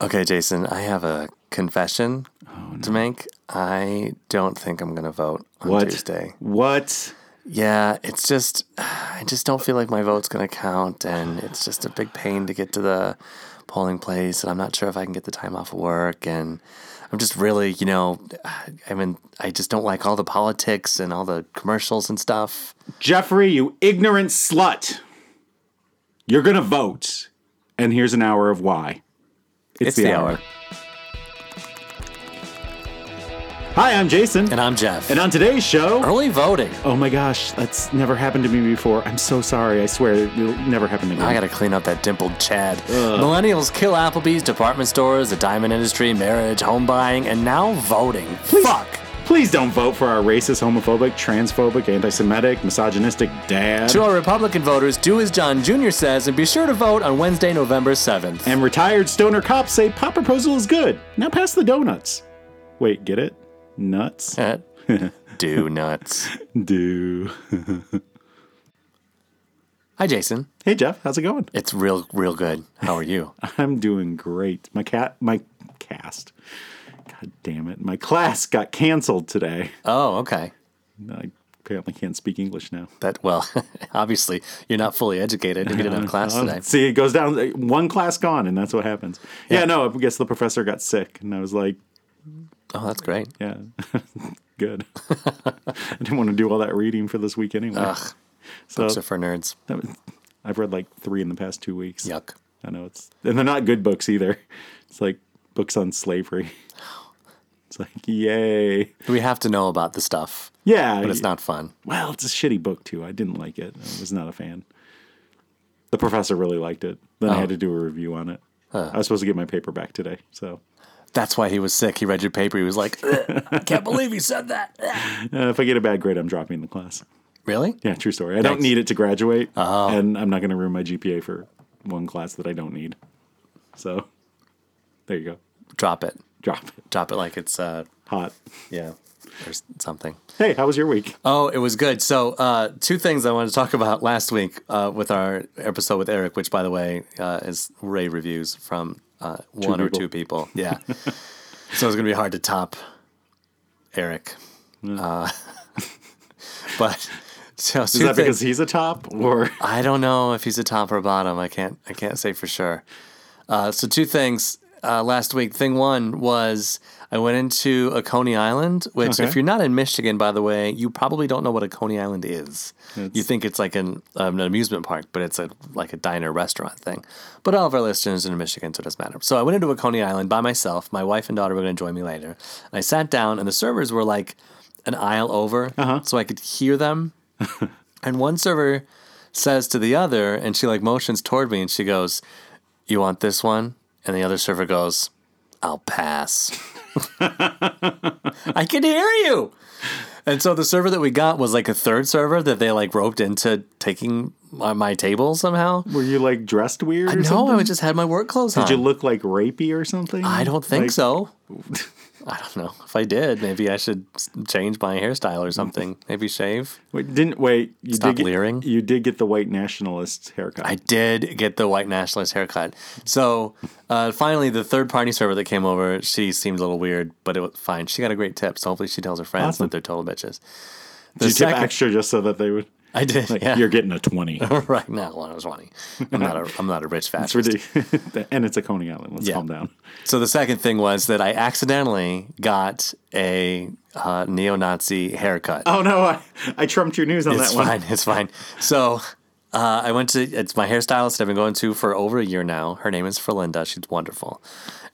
Okay, Jason, I have a confession Oh, to make. I don't think I'm going to vote on What? Tuesday. What? Yeah, it's just, I just don't feel like my vote's going to count. And it's just a big pain to get to the polling place. And I'm not sure if I can get the time off work. And I'm just really, you know, I mean, I just don't like all the politics and all the commercials and stuff. Jeffrey, you ignorant slut. You're going to vote. And here's an hour of why. It's, Hi, I'm Jason. And I'm Jeff. And on today's show. Early voting. Oh my gosh, that's never happened to me before. I'm so sorry. I swear it'll never happen again. I gotta clean up that dimpled Chad. Millennials kill Applebee's, department stores, the diamond industry, marriage, home buying, and now voting. Fuck! Please don't vote for our racist, homophobic, transphobic, anti Semitic, misogynistic dad. To our Republican voters, do as John Jr. says and be sure to vote on Wednesday, November 7th. And retired stoner cops say pop proposal is good. Now pass the donuts. Wait, get it? Nuts? And do nuts. Do. Hi, Jason. Hey Jeff, how's it going? It's real, real good. How are you? I'm doing great. My cat, my cast. God damn it. My class got canceled today. Oh, okay. I apparently can't speak English now. That, well, obviously, you're not fully educated if you didn't have class Oh, today. See, it goes down one class gone, and that's what happens. Yeah. no, I guess the professor got sick, and I was like, Oh, that's great. yeah, good. I didn't want to do all that reading for this week anyway. Ugh. so Books are for nerds. that was- I've read like three in the past two weeks. Yuck. I know it's, and they're not good books either. It's like books on slavery. It's like, yay. We have to know about the stuff, Yeah. but it's not fun. Well, it's a shitty book too. I didn't like it. I was not a fan. The professor really liked it. Then I had Oh. to do a review on it. I was supposed to get my paper back today, so That's why he was sick. He read your paper. He was like, "Ugh, I can't believe you said that. Ugh." uh, if I get a bad grade, I'm dropping the class. Really? Yeah, true story. I don't need it to graduate, Oh. and I'm not going to ruin my GPA for one class that I don't need. So there you go. Drop it. Drop it. Drop it like it's, uh, Hot. yeah, or s- something. Hey, how was your week? Oh, it was good. So, uh, two things I wanted to talk about last week uh, with our episode with Eric, which, by the way, uh, is Ray reviews from uh, one or people. two people. Yeah. so it's going to be hard to top Eric. Uh, but so Is that because he's a top or I don't know if he's a top or bottom. I can't. I can't say for sure. Uh, so two things uh, last week. Thing one was I went into a Coney Island, which Okay. if you're not in Michigan, by the way, you probably don't know what a Coney Island is. you think it's like an, um, an amusement park, but it's a like a diner restaurant thing. But all of our listeners are in Michigan, so it doesn't matter. So I went into a Coney Island by myself. My wife and daughter were going to join me later. And I sat down, and the servers were like an aisle over, so I could hear them. And one server says to the other, and she like motions toward me, and she goes, "You want this one?" And the other server goes, "I'll pass." I can hear you. And so the server that we got was like a third server that they like roped into taking my, my table somehow. were you like dressed weird? Or No, something? I would just had my work clothes on. Did you look like rapey or something? I don't think Like, so. I don't know. If I did, maybe I should s- change my hairstyle or something. Maybe shave. Wait, didn't wait. You Stop did get, leering. You did get the white nationalist haircut. I did get the white nationalist haircut. So uh, finally, the third party server that came over, she seemed a little weird, but it was fine. She got a great tip, so hopefully she tells her friends Awesome. that they're total bitches. The did you tip second- extra just so that they would? I did. Like, yeah. You're getting a twenty. right now when I was twenty. I'm not a I'm not a rich It's fascist. ridiculous. and it's a Coney Island. Let's Yeah. calm down. So the second thing was that I accidentally got a uh, neo-Nazi haircut. Oh no, I, I trumped your news on it's that one. fine. It's fine. So uh, I went to it's my hairstylist I've been going to for over a year now. Her name is Ferlinda. She's wonderful,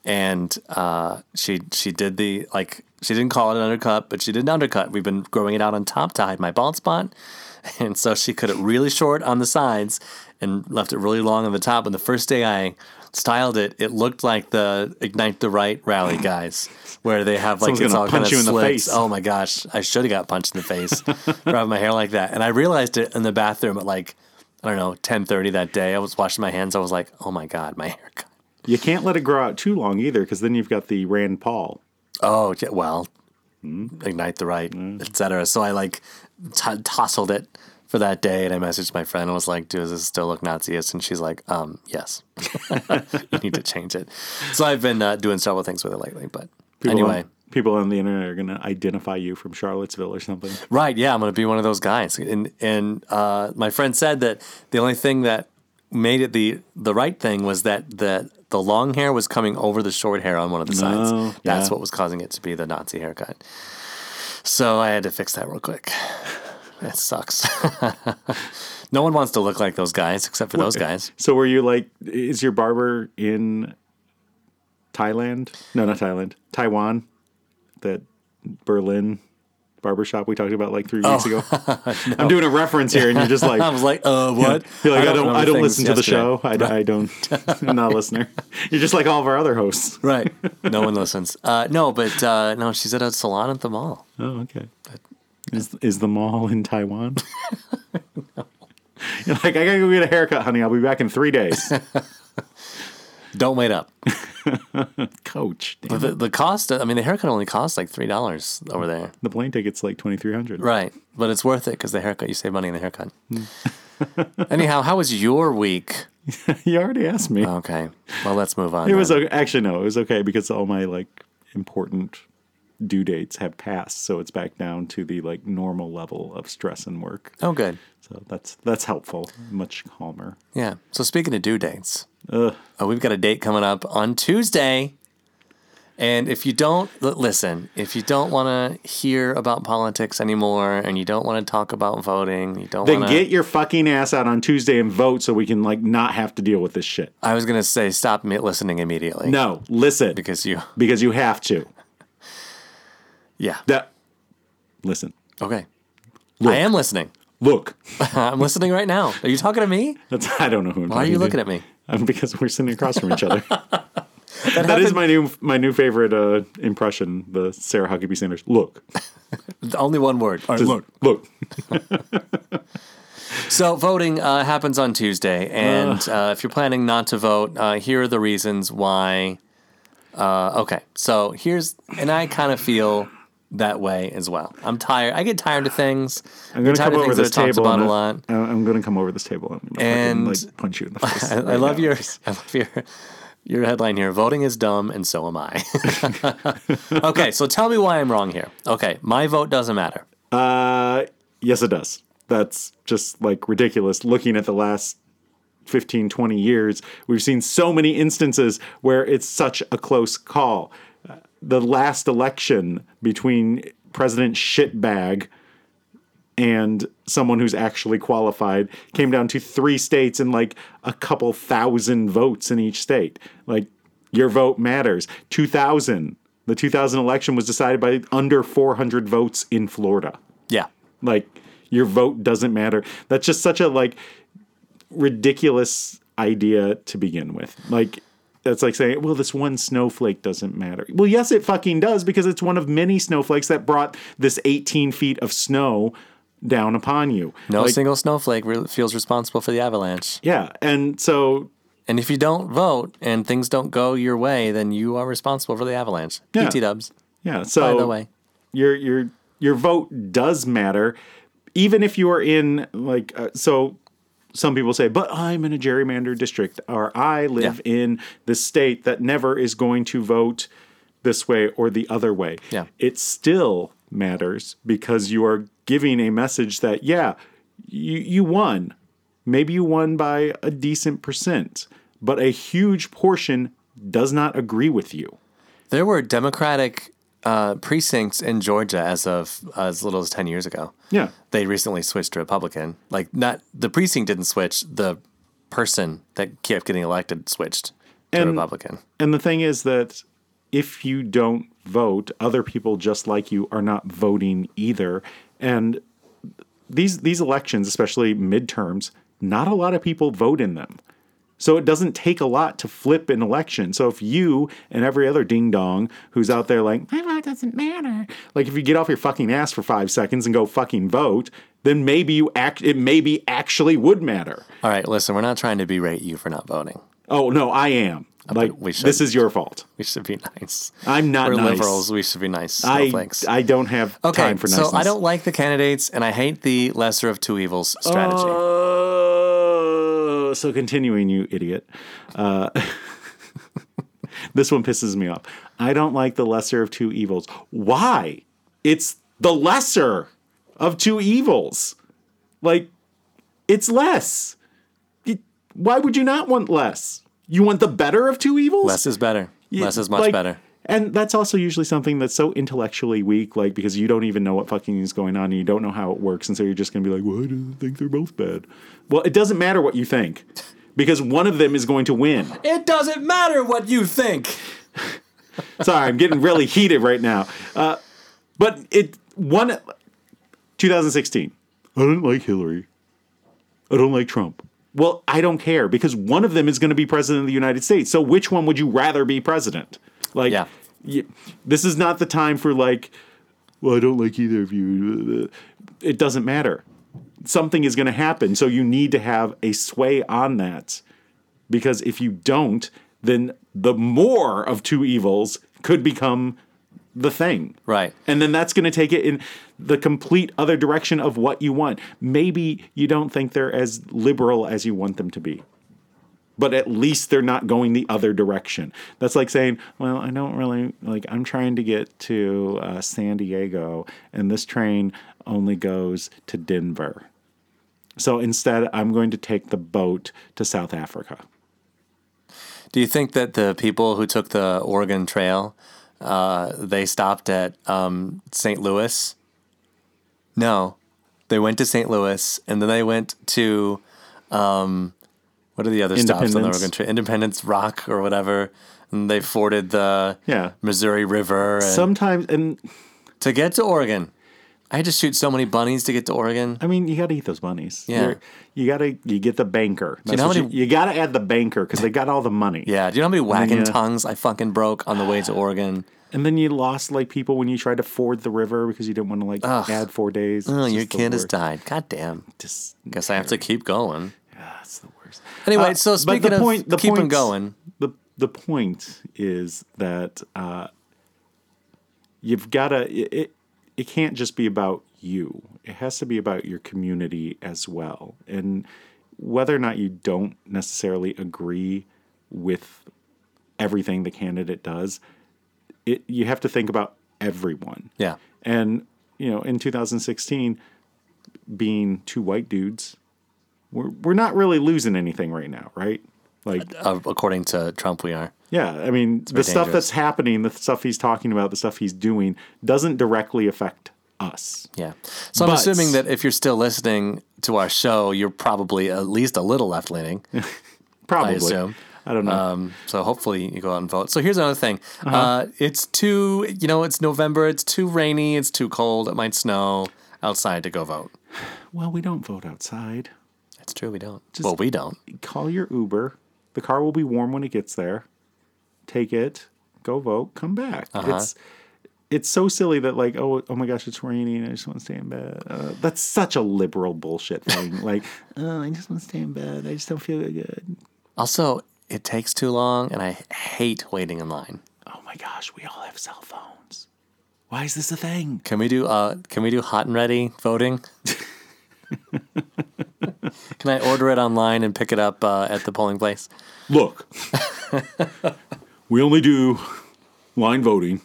and uh, she she did the like she didn't call it an undercut, but she did an undercut. We've been growing it out on top to hide my bald spot, and so she cut it really short on the sides and left it really long on the top. And the first day I styled it, it looked like the ignite the right rally guys, where they have like Someone's it's gonna all kind punch of you in the slicks. face. Oh my gosh, I should have got punched in the face for having my hair like that. And I realized it in the bathroom at like I don't know ten thirty that day. I was washing my hands. I was like, oh my god, my hair. cut. You can't let it grow out too long either, because then you've got the Rand Paul. Oh yeah, Mm-hmm. Mm-hmm. well, ignite the right, etc. So I like t- tousled it for that day, and I messaged my friend and was like, "Does this still look Naziist?" And she's like, "Um, yes, you need to change it." So I've been uh, doing several things with it lately, but People anyway. on, people on the internet are going to identify you from Charlottesville or something. Right. Yeah, I'm going to be one of those guys. And and uh, my friend said that the only thing that made it the the right thing was that that the long hair was coming over the short hair on one of the No, sides. That's yeah. what was causing it to be the Nazi haircut. So I had to fix that real quick. That sucks. no one wants to look like those guys except for those guys. So were you like, is your barber in Thailand? No, not Thailand. Taiwan, that Berlin barber shop we talked about like three weeks ago. I'm doing a reference here, and you're just like, I was like, uh, what? You're like, I don't, remember I don't things listen to the yesterday. show. I, I don't. I'm not a listener. You're just like all of our other hosts. Right. No one listens. Uh, no, but uh, no, she's at a salon at the mall. Oh, okay. Is is the mall in Taiwan? You're like, I gotta go get a haircut, honey. I'll be back in three days. Don't wait up. Coach, damn. The, the cost, I mean, the haircut only costs like three dollars over there, the plane ticket's like twenty three hundred. right? But it's worth it because the haircut you save money in the haircut. Hmm. Anyhow, how was your week? You already asked me. Okay, well let's move on. it was Oh, okay. actually no, it was okay because all my like important due dates have passed, so it's back down to the like normal level of stress and work. oh good, So that's that's helpful. Much calmer. yeah. So speaking of due dates, uh, we've got a date coming up on Tuesday, and if you don't l- listen, if you don't want to hear about politics anymore, and you don't want to talk about voting, you don't Then want get your fucking ass out on Tuesday and vote so we can like not have to deal with this shit. I was gonna say stop mi- listening immediately No, listen. because you, Because you have to. yeah, That listen. okay. I am listening. Look. I'm listening right now. Are you talking to me? That's I don't know who I'm Why are you looking at me? Um, because we're sitting across from each other. that is my new my new favorite uh, impression, the Sarah Huckabee Sanders. Look. The Only one word. All right, look. Look. So voting uh, happens on Tuesday, and uh, if you're planning not to vote, uh, here are the reasons why. Uh, okay, so here's, and I kind of feel that way as well. I'm tired. I get tired of things. I'm gonna Get tired come of over things that this are talked table. about and a I- lot. I- I'm gonna come over this table and, And- and like punch you in the face. I, I right love now. your, I love your, your headline here. Voting is dumb, and so am I. okay, so tell me why I'm wrong here. Okay, my vote doesn't matter. Uh, yes, it does. That's just like ridiculous. Looking at the last 15, 20 years, we've seen so many instances where it's such a close call. Uh, The last election between President Shitbag and someone who's actually qualified came down to three states and like a couple thousand votes in each state. Like your vote matters. 2000, the 2000 election was decided by under 400 votes in Florida Yeah. like your vote doesn't matter that's just such a like ridiculous idea to begin with like that's like saying well this one snowflake doesn't matter well yes it fucking does because it's one of many snowflakes that brought this 18 feet of snow down upon you No Like, single snowflake re- feels responsible for the avalanche. yeah and so And if you don't vote and things don't go your way, then you are responsible for the avalanche. Yeah. Oh. PT dubs, yeah so by the way. your your your vote does matter even if you are in like uh, so some people say but i'm in a gerrymandered district or i live in the state that never is going to vote this way or the other way Yeah. it still matters because you are giving a message that yeah you you won maybe you won by a decent percent but a huge portion does not agree with you There were Democratic uh, precincts in Georgia as of as little as 10 years ago. yeah They recently switched to Republican. Like, not the precinct didn't switch, the person that kept getting elected switched to And- Republican. And the thing is that if you don't vote, other people just like you are not voting either. And these these elections, especially midterms, not a lot of people vote in them. So it doesn't take a lot to flip an election. So if you and every other ding dong who's out there like my vote doesn't matter, like if you get off your fucking ass for five seconds and go fucking vote, then maybe you act. It maybe actually would matter. All right, listen, we're not trying to berate you for not voting. Oh no, I am. Like Uh, we should- this is your fault. We should be nice. I'm not We're nice. liberals. We should be nice. I, Snowflakes. I don't have okay, time for niceness. so I don't like the candidates, and I hate the lesser of two evils strategy. Oh, so continuing, you idiot. Uh, this one pisses me off. I don't like the lesser of two evils. Why? It's the lesser of two evils. Like, it's less. It- why would you not want less? You want the better of two evils? Less is better. Less is much Like, better. And that's also usually something that's so intellectually weak, like because you don't even know what fucking is going on and you don't know how it works, and so you're just gonna be like, "Well, I don't think they're both bad." Well, it doesn't matter what you think, because one of them is going to win. It doesn't matter what you think. Sorry, I'm getting really heated right now. Uh, but it one 2016. I don't like Hillary. I don't like Trump. Well, I don't care because one of them is going to be president of the United States. So which one would you rather be president? Like, Yeah. y- this is not the time for like. Well, I don't like either of you. It doesn't matter. Something is going to happen, so you need to have a sway on that because if you don't, then the more of two evils could become the thing. Right. And then that's going to take it in the complete other direction of what you want. Maybe you don't think they're as liberal as you want them to be. But at least they're not going the other direction. That's like saying, well, I don't really like, I'm trying to get to uh, San Diego, and this train only goes to Denver. So instead, I'm going to take the boat to South Africa. Do you think that the people who took the Oregon Trail, uh, they stopped at um, St. Louis? No, they went to St. Louis, and then they went to um, what are the other stops on the Independence. Oregon Trail? Independence Rock or whatever, and they forded the Yeah. Missouri River and, Sometimes, and to get to Oregon. I had to shoot so many bunnies to get to Oregon. I mean, you got to eat those bunnies. Yeah. You're- you got to you get the banker. That's know how what you many- got to add the banker because they got all the money. Yeah, do you know how many wagon yeah. tongues I fucking broke on the way to Oregon? And then you lost like people when you tried to ford the river because you didn't want to like add four days. Oh, It's your just the kid has worst. died. God damn. Just- Guess I have to keep going. ah, it's the worst. Anyway, Uh, so but speaking of keeping point's- going, The the point is that uh, you've got to it, it. It can't just be about you. It has to be about your community as well, and whether or not you don't necessarily agree with everything the candidate does, it you have to think about everyone. yeah, And, you know, in 2016, being two white dudes, we're, we're not really losing anything right now, right? Like, uh, according to Trump, we are. yeah, I mean, the stuff dangerous. that's happening, the stuff he's talking about, the stuff he's doing doesn't directly affect us. Yeah. So I'm But- assuming that if you're still listening to our show, you're probably at least a little left leaning. Probably. I, assume. don't know. Um, so hopefully you go out and vote. So here's another thing. uh Uh-huh. it's too, you know, it's November. It's too rainy. It's too cold. It might snow outside to go vote. well, we don't vote outside. That's true. We don't. well, we don't. Call your Uber. The car will be warm when it gets there. Take it, go vote, come back. It's it's so silly that like oh oh my gosh it's raining I just want to stay in bed. Uh, that's such a liberal bullshit thing. like oh I just want to stay in bed. I just don't feel good. Also, it takes too long, and I hate waiting in line. Oh my gosh, we all have cell phones. Why is this a thing? Can we do uh can we do hot and ready voting? can I order it online and pick it up uh, at the polling place? Look, we only do line voting.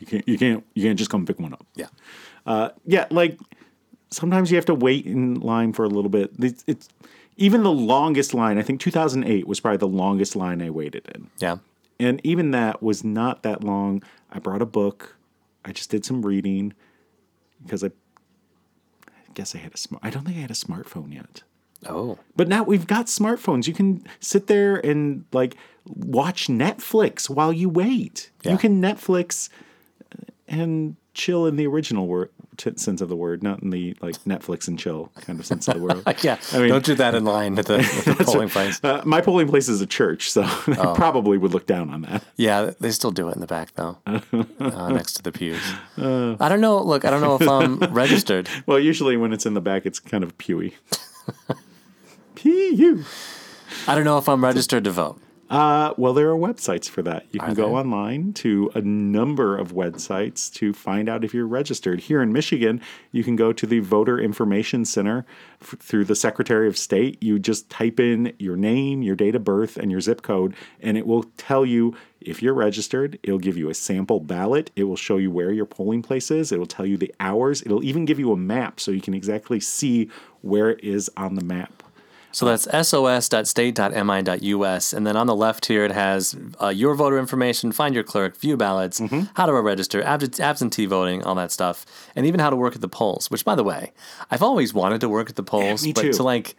You can't you can't you can't just come pick one up. Yeah. yeah, like sometimes you have to wait in line for a little bit. It's, it's even the longest line. I think 2008 was probably the longest line I waited in, Yeah. and even that was not that long. I brought a book. I just did some reading because I, I guess I had a smart. I don't think I had a smartphone yet. Oh. But now we've got smartphones. You can sit there and like watch Netflix while you wait. Yeah. You can Netflix uh, and chill in the original word t- sense of the word, not in the like Netflix and chill kind of sense of the word. Yeah. I mean- don't do that in line at the, at the polling place. Uh, my polling place is a church, so I probably would look down on that. Yeah, they still do it in the back though. uh, next to the pews. I don't know. Look, I don't know if I'm registered. Well, usually when it's in the back, it's kind of pewy. Pew. I don't know if I'm registered to vote. Uh, well, there are websites for that. You can Are go there? online to a number of websites to find out if you're registered. Here in Michigan, you can go to the Voter Information Center f- through the Secretary of State. You just type in your name, your date of birth, and your zip code, and it will tell you if you're registered. It'll give you a sample ballot. It will show you where your polling place is. It will tell you the hours. It'll even give you a map so you can exactly see where it is on the map. So that's sos.state.mi.us. And then on the left here, it has uh, your voter information, find your clerk, view ballots, Mm-hmm. how to register, abs- absentee voting, all that stuff, and even how to work at the polls, which, by the way, I've always wanted to work at the polls, me but too. to like,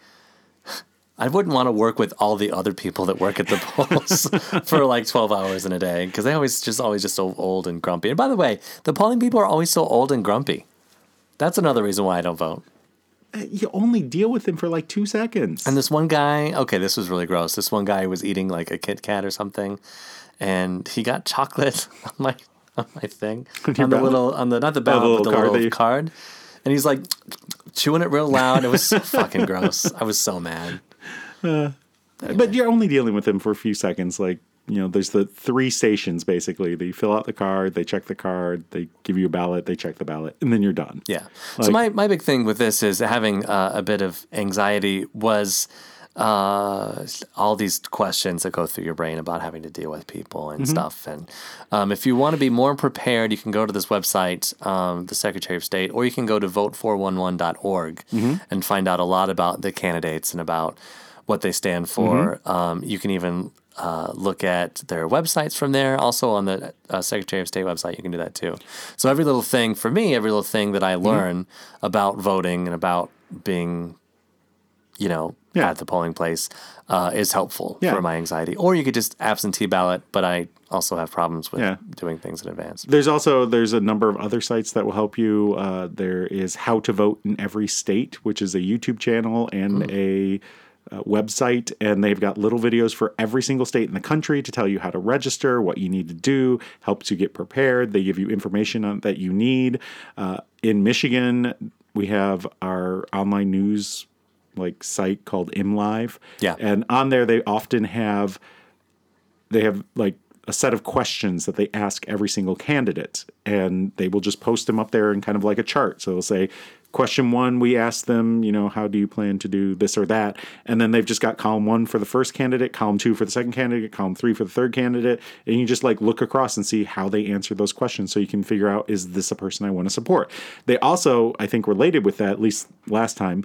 I wouldn't want to work with all the other people that work at the polls for like 12 hours in a day because they always just always just so old and grumpy. And by the way, the polling people are always so old and grumpy. That's another reason why I don't vote. You only deal with them for like two seconds. And this one guy, okay, this was really gross. This one guy was eating like a Kit Kat or something, and he got chocolate on my on my thing on the ballot? little on the not the ballot Oh, little but the card little that you- card, and he's like chewing it real loud. It was so fucking gross. I was so mad. But you're only dealing with them for a few seconds. Like, you know, there's the three stations basically. They fill out the card, they check the card, they give you a ballot, they check the ballot, and then you're done. Yeah. so my, my big thing with this is having uh, a bit of anxiety was uh, all these questions that go through your brain about having to deal with people and stuff. And um, if you want to be more prepared, you can go to this website, um, the Secretary of State, or you can go to vote411.org and find out a lot about the candidates and about what they stand for. Mm-hmm. Um, you can even uh, look at their websites from there. Also on the uh, Secretary of State website, you can do that too. So every little thing for me, every little thing that Mm-hmm. I learn about voting and about being, you know, Yeah. at the polling place uh, is helpful Yeah. for my anxiety. Or you could just absentee ballot, but I also have problems with Yeah. doing things in advance. There's also there's a number of other sites that will help you. Uh, there is How to Vote in Every State, which is a YouTube channel and a uh, website, and they've got little videos for every single state in the country to tell you how to register, what you need to do, helps you get prepared. They give you information on, that you need. Uh, in Michigan, we have our online news like site called MLive. Yeah. And on there they often have they have like a set of questions that they ask every single candidate and they will just post them up there in kind of like a chart so they'll say question one we asked them you know how do you plan to do this or that and then they've just got column one for the first candidate column two for the second candidate column three for the third candidate and you just like look across and see how they answer those questions so you can figure out is this a person i want to support they also i think related with that at least last time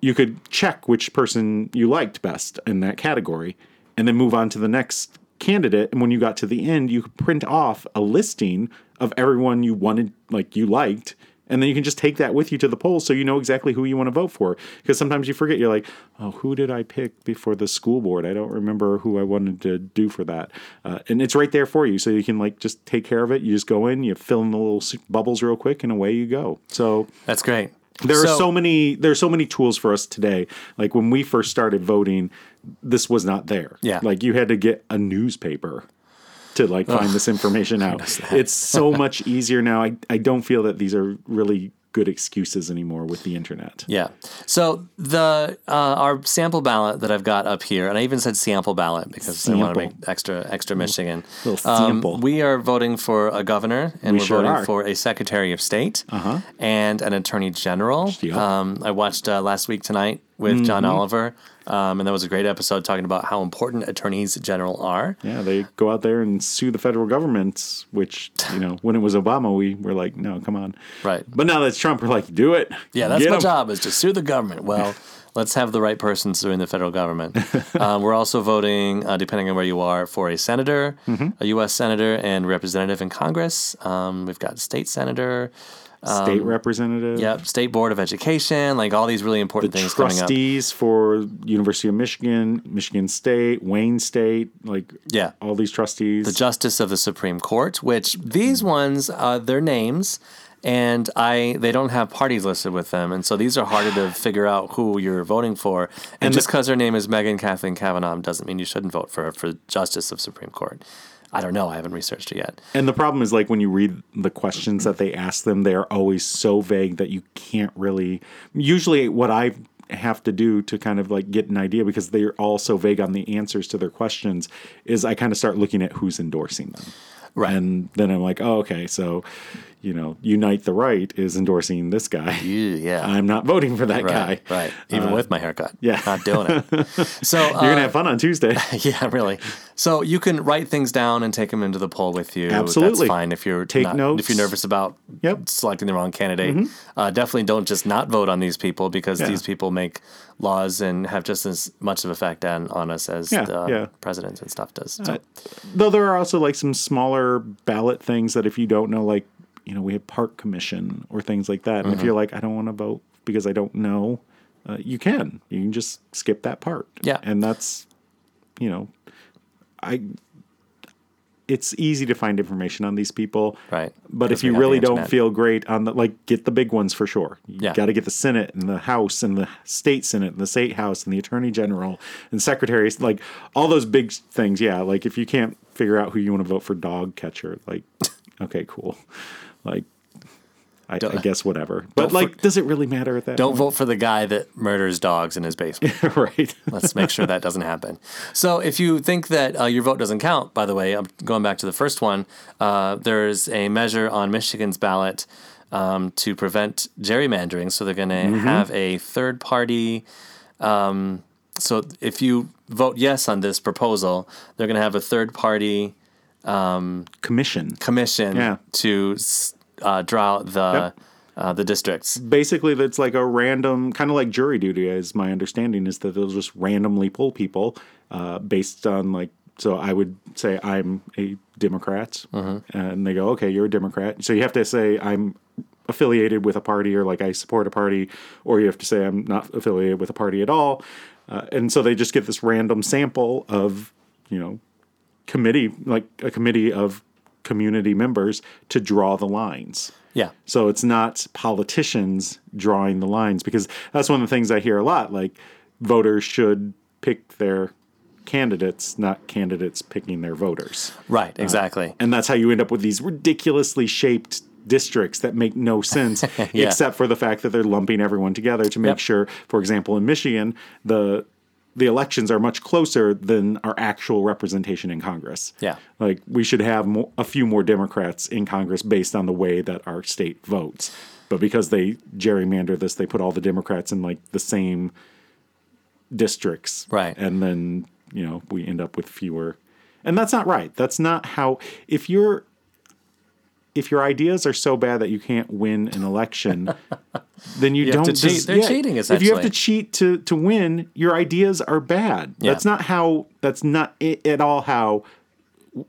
you could check which person you liked best in that category and then move on to the next candidate and when you got to the end you could print off a listing of everyone you wanted like you liked and then you can just take that with you to the polls so you know exactly who you want to vote for because sometimes you forget you're like oh who did i pick before the school board i don't remember who i wanted to do for that uh, and it's right there for you so you can like just take care of it you just go in you fill in the little s- bubbles real quick and away you go so That's great. there are so many there are so many tools for us today like when we first started voting this was not there Yeah. like you had to get a newspaper to like find this information out it's so much easier now I, I don't feel that these are really good excuses anymore with the internet Yeah. So the uh, our sample ballot that I've got up here, and I even said sample ballot because I want to Sample. make extra extra Michigan. Um, little sample. we are voting for a governor, and we are sure voting are. Uh-huh. for a secretary of state and an attorney general. Yep. Mm-hmm. Um, I watched uh, last week tonight with John Oliver, um, and that was a great episode talking about how important attorneys general are. yeah they go out there and sue the federal government which you know when it was obama we were like no come on Right. but now that's trump we're like do it Yeah, that's Get my 'em. job is to sue the government. Well, let's have the right person suing the federal government. um, we're also voting, uh, depending on where you are, for a senator, a U.S. senator, and representative in Congress. Um, we've got state senator, Um, state representative yep, state board of education, like all these really important things coming up. trustees for University of Michigan, Michigan State, Wayne State, like Yeah. all these trustees. the justice of the Supreme Court, which these ones uh, their names, and I they don't have parties listed with them, and so these are harder to figure out who you're voting for. And, just because her name is Megan Kathleen Kavanaugh doesn't mean you shouldn't vote for her for justice of Supreme Court. I don't know. I haven't researched it yet. and the problem is like when you read the questions that they ask them, they are always so vague that you can't really usually what I have to do to kind of like get an idea because they're all so vague on the answers to their questions is I kind of start looking at who's endorsing them. Right. And then I'm like, oh, okay, so, you know, Unite the Right is endorsing this guy. Ew, yeah. I'm not voting for that right, guy. Uh, right. Even with my haircut. yeah. Not doing it. So uh, You're going to have fun on Tuesday. yeah, really. So you can write things down and take them into the poll with you. Absolutely. that's fine if you're Take not- notes. If you're nervous about Yep. Mm-hmm. selecting the wrong candidate, uh, definitely don't just not vote on these people because Yeah. these people make laws and have just as much of effect on, on us as Yeah, the yeah. presidents and stuff does. So, Though there are also like some smaller ballot things that if you don't know, like, you know, we have park commission or things like that. Mm-hmm. And if you're like, I don't want to vote because I don't know, uh, you can. You can just skip that part. Yeah. And that's, you know, I. It's easy to find information on these people, Right. But Because if we you have the really don't internet. feel great on the like, get the big ones for sure. You Yeah. got to get the Senate and the House and the State Senate and the State House and the Attorney General and Secretaries, like all those big things. Yeah, like if you can't figure out who you want to vote for dog catcher, like, okay, cool, like. I, I guess whatever, but uh, for- like, does it really matter at that? don't vote for the guy that murders dogs in his basement. point? right? Let's make sure that doesn't happen. So, if you think that uh, your vote doesn't count, by the way, I'm going back to the first one. Uh, there's a measure on Michigan's ballot um, to prevent gerrymandering. So, they're going to have a third party. Um, so, if you vote yes on this proposal, they're going to have a third party Commission. commission Yeah. to s- uh, draw out the uh, the Mm. districts. basically that's like a random kind of like jury duty is my understanding is that they'll just randomly pull people uh, based on like so i would say i'm a democrat and they go okay you're a democrat so you have to say i'm affiliated with a party or like i support a party or you have to say i'm not affiliated with a party at all uh, and so they just get this random sample of you know committee like a committee of community members to draw the lines Yeah. so it's not politicians drawing the lines because that's one of the things I hear a lot. Like voters should pick their candidates, not candidates picking their voters. Right. Exactly. And that's how you end up with these ridiculously shaped districts that make no sense, except for the fact that they're lumping everyone together to make Yep. sure, for example, in Michigan, the the elections are much closer than our actual representation in Congress. Yeah. Like we should have mo a few more Democrats in Congress based on the way that our state votes. But because they gerrymander this, they put all the Democrats in like the same districts. Right. And then, you know, we end up with fewer. And that's not right. That's not how if your if your ideas are so bad that you can't win an election, then you, have to don't cheat. des- They're cheating, If you have essentially. to cheat to to win, your ideas are bad. That's not how that's not i at all how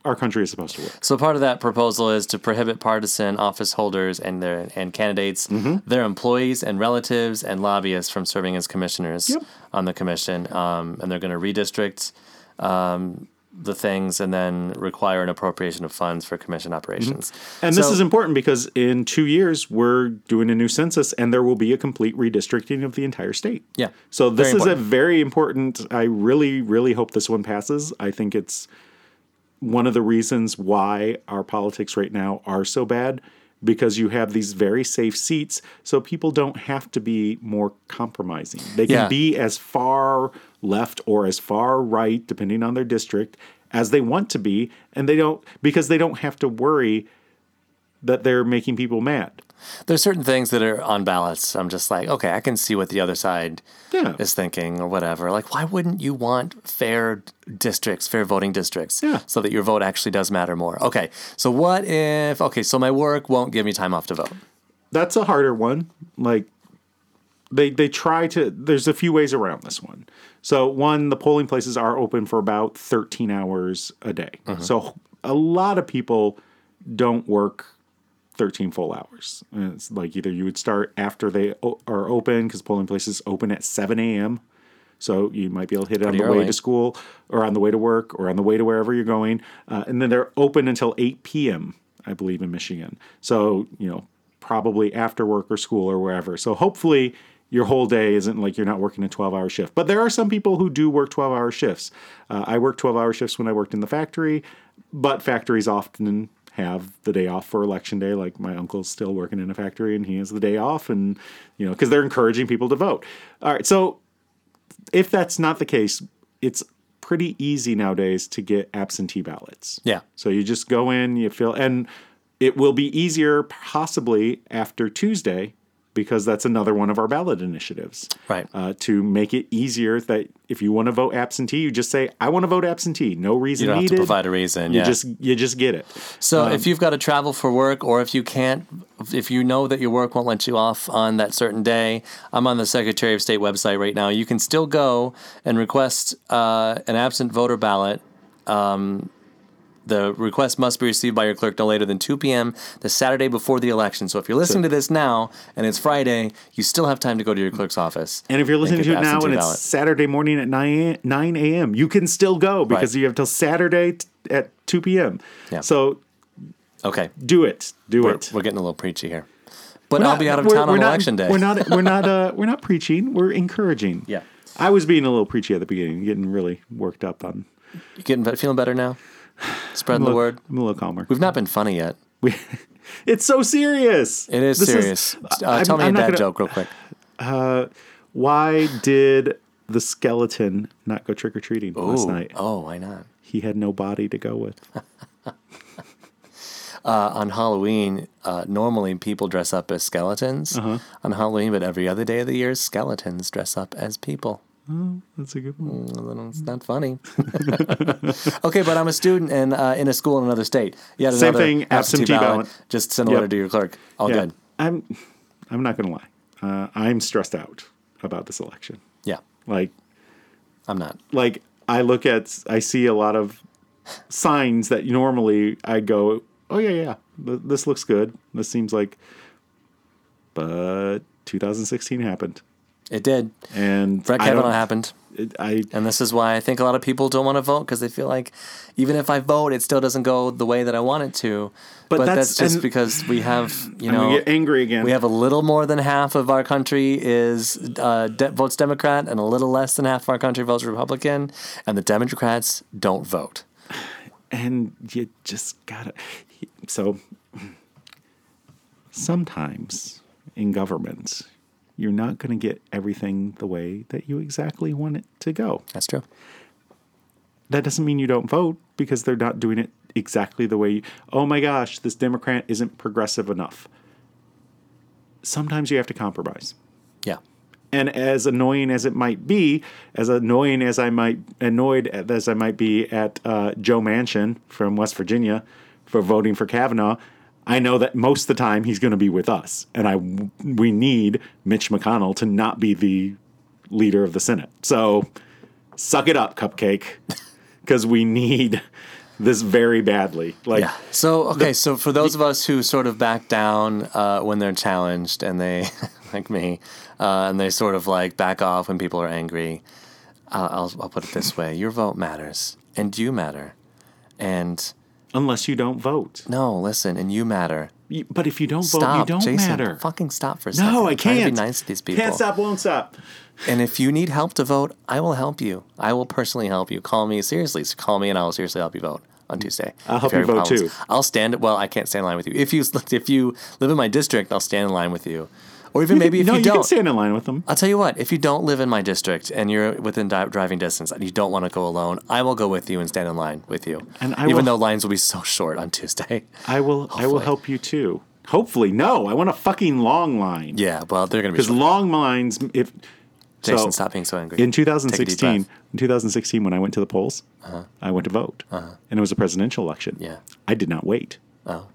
our country is supposed to work. So part of that proposal is to prohibit partisan office holders and their and candidates, Mm-hmm. their employees and relatives and lobbyists from serving as commissioners Yep. on the commission, um, and they're going to redistrict um, the things and then require an appropriation of funds for commission operations. Mm-hmm. And this So- is important because in 2 years we're doing a new census and there will be a complete redistricting of the entire state. Yeah. So this Very is a important. very important. I really, really hope this one passes. I think it's one of the reasons why our politics right now are so bad because you have these very safe seats, so people don't have to be more compromising. They can Yeah. be as far left or as far right, depending on their district, as they want to be, and they don't because they don't have to worry that they're making people mad. there's certain things that are on balance. I'm just like, okay, I can see what the other side Yeah. is thinking or whatever. Like, why wouldn't you want fair districts, fair voting districts, Yeah. so that your vote actually does matter more? Okay, so what if? Okay, so my work won't give me time off to vote. that's a harder one. Like they they try to there's a few ways around this one. So one, the polling places are open for about 13 hours a day. So a lot of people don't work 13 full hours. And it's like either you would start after they o- are open because polling places open at 7 a.m. So you might be able to hit it on the way early. to school or on the way to work or on the way to wherever you're going. Uh, and then they're open until 8 p.m., I believe, in Michigan. So, you know, probably after work or school or wherever. So hopefully your whole day isn't like you're not working a 12 hour shift. But there are some people who do work 12 hour shifts. Uh, I worked 12 hour shifts when I worked in the factory, but factories often have the day off for election day. Like my uncle's still working in a factory and he has the day off, and you know, because they're encouraging people to vote. All right, so if that's not the case, it's pretty easy nowadays to get absentee ballots. Yeah. So you just go in, you fill, and it will be easier possibly after Tuesday because that's another one of our ballot initiatives. Right. Uh, to make it easier that if you want to vote absentee, you just say, I want to vote absentee. No reason You don't have needed. to provide a reason. you yeah. just you just get it. So Uh-huh. if you've got to travel for work, or if you can't, if you know that your work won't let you off on that certain day, I'm on the Secretary of State website right now. You can still go and request uh, an absent voter ballot. Um, the request must be received by your clerk no later than 2 p.m. the Saturday before the election. So if you're listening to this now and it's Friday, you still have time to go to your clerk's office. And if you're listening get to it the now and absentee it's ballot. Saturday morning at 9 9 a.m., you can still go because Right. you have till Saturday t- at 2 p.m. Yeah. So okay, do it. Do we're, it. we're getting a little preachy here, but We're I'll not- be out of we're- town we're on not- election day. We're not we're not uh we're not preaching, we're encouraging. Yeah. I was being a little preachy at the beginning, getting really worked up on You getting be- feeling better now. Spreading the word. I'm a little calmer. We've not been funny yet. We, it's so serious. It is This serious. uh, I'm- tell me I'm a not dad gonna- joke real quick. Why did the skeleton not go trick or treating last Ooh. night? Oh, why not? He had no body to go with. Uh, on Halloween, uh, normally people dress up as skeletons Uh-huh. on Halloween, but every other day of the year, skeletons dress up as people. That's a good one. Well, then Mm. It's not funny. okay, but I'm a student and uh, in a school in another state. Yeah, Same thing, absentee ballot. Just send a Yep. letter to your clerk. All Yeah. good. I'm I'm not gonna lie. Uh, I'm stressed out about this election. Yeah, Like I'm not. like I look at I see a lot of signs that normally I go, oh yeah, yeah, th- this looks good. This seems like, but 2016 happened, It did. and Brett I don't- Kavanaugh happened. it- I And this is why I think a lot of people don't want to vote because they feel like even if I vote, it still doesn't go the way that I want it to. But, that's- that's, just and- because we have, you I'm gonna know, get angry again. we have a little more than half of our country is uh, de- votes Democrat, and a little less than half of our country votes Republican, and the Democrats don't vote. and you just gotta. So sometimes in government, you're not going to get everything the way that you exactly want it to go. That's true. that doesn't mean you don't vote because they're not doing it exactly the way you, oh my gosh, this Democrat isn't progressive enough. Sometimes you have to compromise. Yeah. And as annoying as it might be, as annoying as I might annoyed at- as I might be at uh, Joe Manchin from West Virginia for voting for Kavanaugh, I know that most of the time he's going to be with us, and I we need Mitch McConnell to not be the leader of the Senate. So suck it up, cupcake, because we need this very badly. Like. Yeah. So okay, so for those of us who sort of back down uh, when they're challenged, and they like me, uh, and they sort of like back off when people are angry, uh, I'll I'll put it this way: your vote matters, and you matter, and Unless you don't vote, no, listen, and you matter. You- but if you don't vote, you Stop, don't Jason. matter. Fucking stop for a second. no, I I'm trying can't. to be nice to these people. Can't stop, won't stop. And if you need help to vote, I will help you. I will personally help you. Call me seriously. So call me, and I will seriously help you vote on Tuesday. I'll If help you have vote, problems. too. I'll stand. Well, I can't stand in line with you. If you if you live in my district, I'll stand in line with you. Or even maybe if no, you, you don't, Oh, can stand in line with them. I'll tell you what. If you don't live in my district and you're within di- driving distance and you don't want to go alone, I will go with you and stand in line with you. And I even will- though lines will be so short on Tuesday. I will. I will Hopefully. help you too. Hopefully, no. I want a fucking long line. Yeah, well, they're going to be. Because Short. long lines, if so, Jason, stop being so angry. In Take a 2016, deep breath. in 2016, when I went to the polls, I went to vote, and it was a presidential election. Uh-huh. Yeah. I did not wait, Oh,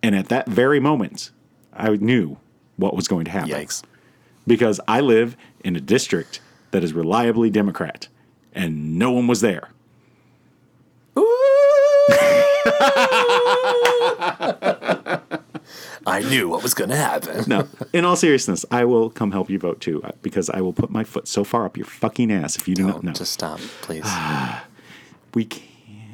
and at that very moment, I knew what was going to happen. yikes! Because I live in a district that is reliably Democrat, and no one was there. I knew what was going to happen. No, in all seriousness, I will come help you vote too, uh, because I will put my foot so far up your fucking ass if you do not know. Oh, Just stop, please. we can't.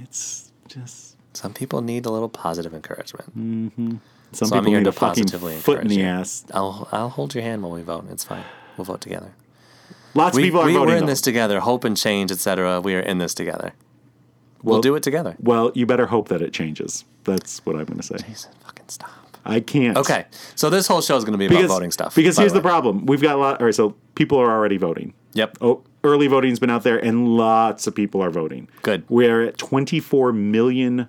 It's just Some people need a little positive encouragement. Mm. some So I'm people here need to a fucking positively foot in the encourage you. ass. I'll I'll hold your hand while we vote. It's fine. We'll vote together. Lots We, of people are we, voting. we're in though. this together. Hope and change, etc. We are in this together. We'll, do it together. Well, you better hope that it changes. That's what I'm going to say. Jesus, fucking stop. I can't. Okay, so this whole show is going to be about Because, voting stuff. Because by here's the way. problem. We've got a lot. All right, so people are already voting. Yep. Oh, early voting's been out there, and lots of people are voting. Good. We're at 24 million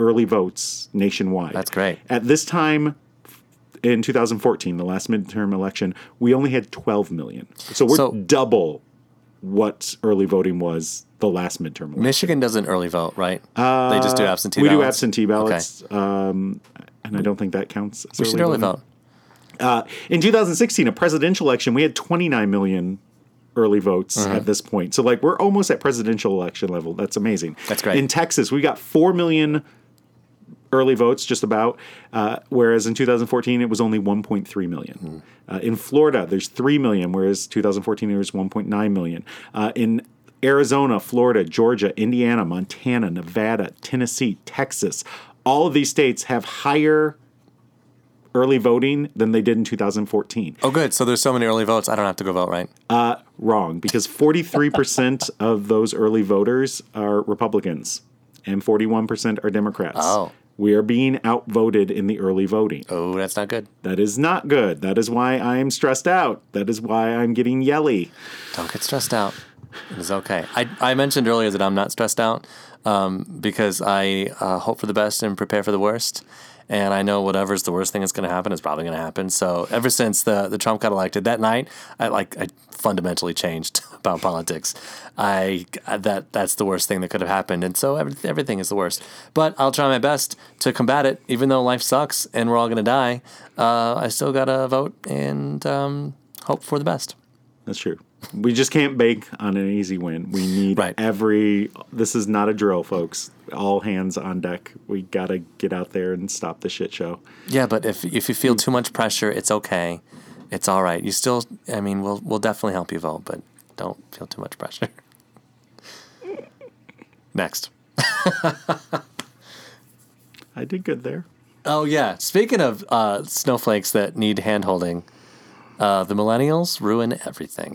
early votes nationwide. That's great. At this time in 2014, the last midterm election, we only had 12 million. So we're So- double what early voting was the last midterm election. Michigan doesn't early vote, right? Uh, they just do absentee. we do ballots. absentee ballots, um, and I don't think that counts. As We should early vote. Uh, in 2016, a presidential election, we had 29 million early votes Uh-huh. at this point. So, like, we're almost at presidential election level. That's amazing. That's great. In Texas, we got 4 million early votes, just about, uh, whereas in 2014, it was only 1.3 Hmm. million. Uh, in Florida, there's 3 million, whereas 2014, there was 1.9 million. Uh, in Arizona, Florida, Georgia, Indiana, Montana, Nevada, Tennessee, Texas, all of these states have higher early voting than they did in 2014. Oh, good. So there's so many early votes. I don't have to go vote, right? Wrong, because 43% of those early voters are Republicans and 41% are Democrats. Oh. We are being outvoted in the early voting. oh, that's not good. That is not good. That is why I am stressed out. That is why I'm getting yelly. Don't get stressed out. It's okay. I, I mentioned earlier that I'm not stressed out um, because I uh, hope for the best and prepare for the worst. And I know whatever's the worst thing that's going to happen is probably going to happen. So ever since the, the Trump got elected that night, I like I fundamentally changed about politics. I that that's the worst thing that could have happened, and so every, everything is the worst. But I'll try my best to combat it, even though life sucks and we're all going to die. Uh, I still got to vote and um, hope for the best. That's true. We just can't bank on an easy win. We need Right. every. This is not a drill, folks. All hands on deck. We got to get out there and stop the shit show. Yeah, but if if you feel too much pressure, it's okay. It's all right. You still, I mean, we'll we'll definitely help you vote, but don't feel too much pressure. Next. I did good there. Oh yeah. Speaking of uh, snowflakes that need handholding, uh, the millennials ruin everything.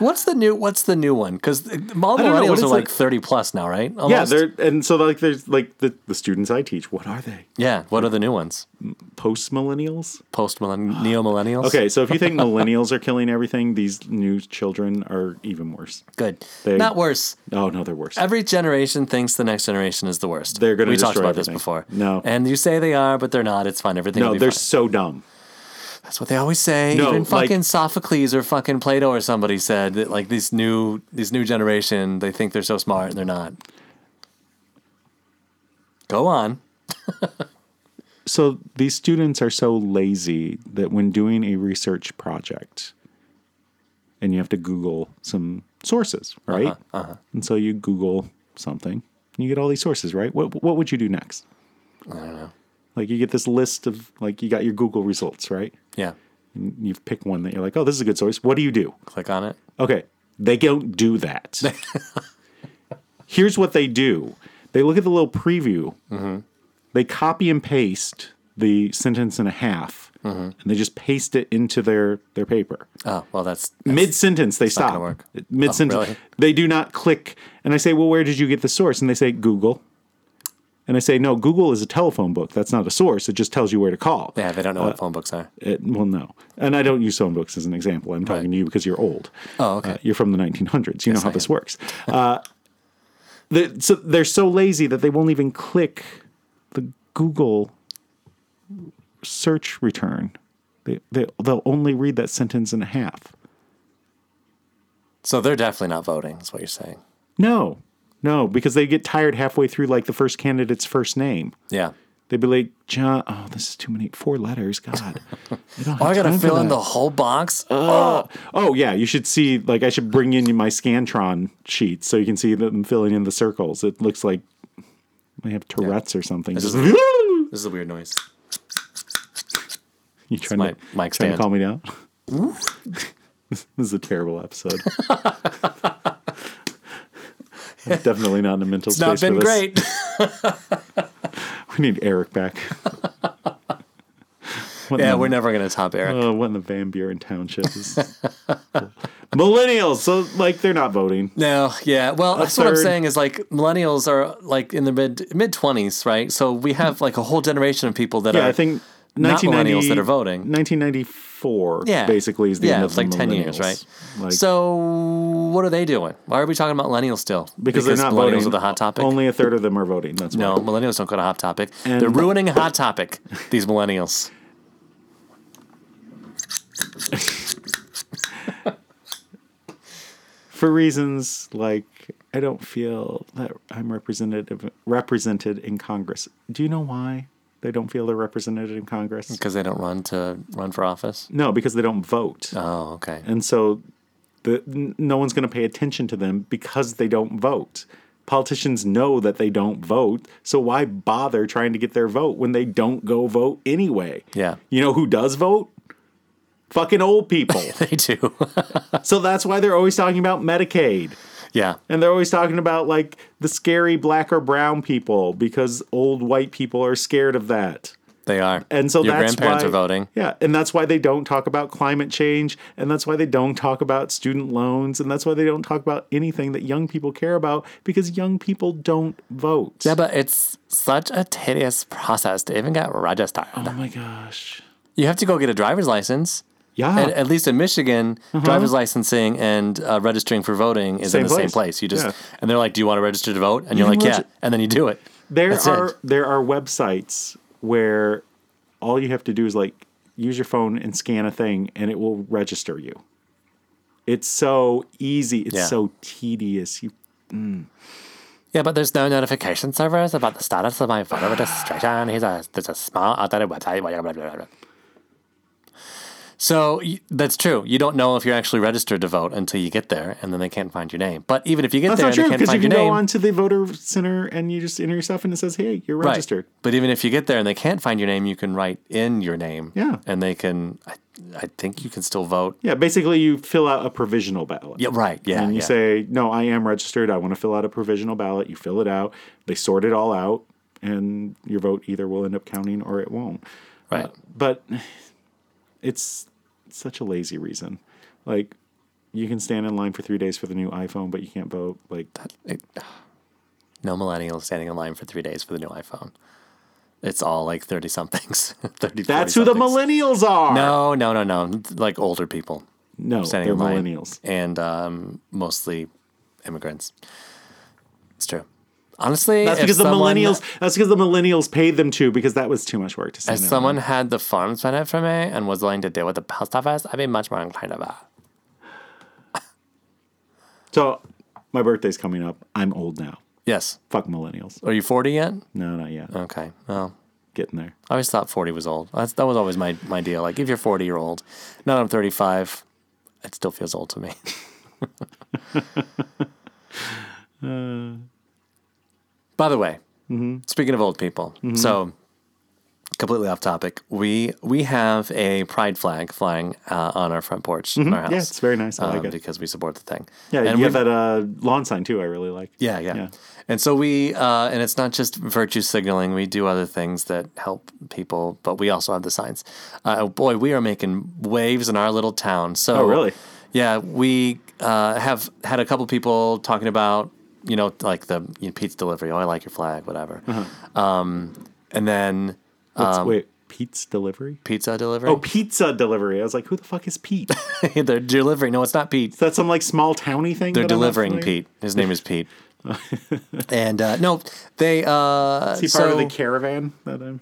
What's the new What's the new one? Because all don't know, what millennials is are like the- thirty plus now, right? Yeah, Almost? they're and so like there's like the, the students I teach. What are they? yeah. What are the new ones? Post millennials. Post millennial, neo millennials. Okay, so if you think millennials are killing everything, these new children are even worse. good. They- Not worse. Oh no, they're worse. Every generation thinks the next generation is the worst. They're gonna We talked destroy about everything. this before. No. and you say they are, but they're not. It's fine. Everything. No, will be they're fine. so dumb. That's what they always say. No, Even like- fucking Sophocles or fucking Plato or somebody said that like this new this new generation they think they're so smart and they're not. Go on. So these students are so lazy that when doing a research project, and you have to Google some sources, right? Uh-huh, And so you Google something, and you get all these sources, right? What what would you do next? I don't know. Like you get this list of like you got your Google results, right? Yeah, And you've picked one that you're like, oh, this is a good source. What do you do? click on it. Okay. They don't do that. Here's what they do they look at the little preview, Mm-hmm. they copy and paste the sentence and a half, and they just paste it into their, their paper. Oh well, Mm-hmm. that's Mid sentence, they not stop. gonna work. Mid sentence. Oh, really? They do not click. And I say, well, where did you get the source? And they say, Google. And I say, no, Google is a telephone book. That's not a source. It just tells you where to call. yeah. They don't know Uh, what phone books are. It, well, no. And I don't use phone books as an example. I'm talking Right. to you because you're old. Oh, okay. Uh, you're from the 1900s. You know how I this am. works. Uh, they're, so they're so lazy that they won't even click the Google search return. They, they, they'll only read that sentence and a half. So they're definitely not voting. Is what you're saying. No, no, because they get tired halfway through, like the first candidate's first name. Yeah. They'd be like, John, oh, this is too many, four letters. God. I, don't Oh, I have gotta time for fill in that. the whole box. Oh yeah, you should see. Like I should bring in my Scantron sheet so you can see them filling in the circles. It looks like they have Tourette's or something. Just, you This is a weird noise. trying my to mic trying stand. to calm me down? this is a terrible episode. I'm definitely not in a mental It's not space been for this. great. We need Eric back. What in yeah, the- we're never gonna top Eric. Oh, what in the Van Buren Township is millennials. So like they're not voting. No, yeah. Well, that's what I'm third. saying is like millennials are like in the mid mid 20s, right? So we have like a whole generation of people that Yeah, are I think not 1990 millennials that are voting. 1994 Yeah. basically is the yeah, end of it's like the 10 years, millennials. right? Like, so what are they doing? Why are we talking about millennials still? because, they're not millennials voting. are the hot topic. Only a third of them are voting. That's no, why. millennials don't go to hot topic. And- they're ruining hot topic. These millennials. for reasons like I don't feel that I'm representative represented in Congress. Do you know why they don't feel they're represented in Congress? Because they don't run to run for office. No, because they don't vote, Oh, okay. and so the, n- no one's going to pay attention to them because they don't vote. Politicians know that they don't vote, so why bother trying to get their vote when they don't go vote anyway? Yeah. you know who does vote? Fucking old people. They do. so that's why they're always talking about Medicaid. yeah. And they're always talking about like the scary black or brown people because old white people are scared of that. They are. And so your that's grandparents why, are voting. Yeah, and that's why they don't talk about climate change, and that's why they don't talk about student loans, and that's why they don't talk about anything that young people care about because young people don't vote. Yeah, but it's such a tedious process to even get registered. Oh my gosh. You have to go get a driver's license. Yeah. At, at least in Michigan, driver's licensing and uh, registering for voting is Mm-hmm. Same in the same place. place. You just Yeah. and they're like, "Do you want to register to vote?" And you're can like, "Yeah," regi- and then you do it. There That's are it. there are websites where all you have to do is like use your phone and scan a thing and it will register you. It's so easy. It's Yeah. so tedious. You Yeah, but there's no notification servers about the status of my voter registration. Here's a there's a small outdated website. Blah, blah, blah, blah, blah. So y- that's true. You don't know if you're actually registered to vote until you get there, and then they can't find your name. But even if you get that's there not and true they can't because you find can your go name, onto the voter center and you just enter yourself and it says, "Hey, you're Right. registered." But even if you get there and they can't find your name, you can write in your name. Yeah. And they can, I, I think you can still vote. Yeah, basically you fill out a provisional ballot. Yeah, right. Yeah. And you yeah. say, "No, I am registered. I want to fill out a provisional ballot." You fill it out. They sort it all out and your vote either will end up counting or it won't. right. but it's such a lazy reason. Like you can stand in line for three days for the new iPhone, but you can't vote. Like It- no millennials standing in line for three days for the new iPhone. It's all like 30 somethings. 30, that's who the 40-somethings. millennials are. No, no, no, no. Like older people no, standing Oh, in they're line. millennials. And um, mostly immigrants. It's true. Honestly, That's if because the someone- millennials. That's because the millennials paid them to because that was too much work to If stand in someone had the funds for it for me and was willing to deal with the post office, I'd be much more inclined to that. line. So my birthday's coming up. I'm old now. Yes. Fuck millennials. Are you 40 yet? No, not yet. Okay. Well, Getting there. I always thought 40 was old. That's, that was always my, my deal. Like, if you're 40 year old, now that I'm 35, it still feels old to me. By the way, Mm-hmm. speaking of old people, so completely off topic, we we have a pride flag flying uh, on our front porch in our house. Mm-hmm. Yeah, it's very nice. I um, like it. because we support the thing. Yeah, and you we have that uh, lawn sign too. I really like. Yeah, yeah, Yeah. And so we, uh, and it's not just virtue signaling. We do other things that help people, but we also have the signs. Uh, oh boy, we are making waves in our little town. So, Oh, really? Yeah, we uh, have had a couple people talking about, you know, like the you know, pizza delivery. Oh, I like your flag, whatever. Um, and then What's- Um, wait, Pete's delivery. pizza delivery. Oh, pizza delivery. I was like, who the fuck is Pete? they're delivering. No, it's not Pete. Is that some like small towny thing? They're delivering Pete. His name is Pete. and uh, no, they. Uh, Is he part so, of the caravan that I'm?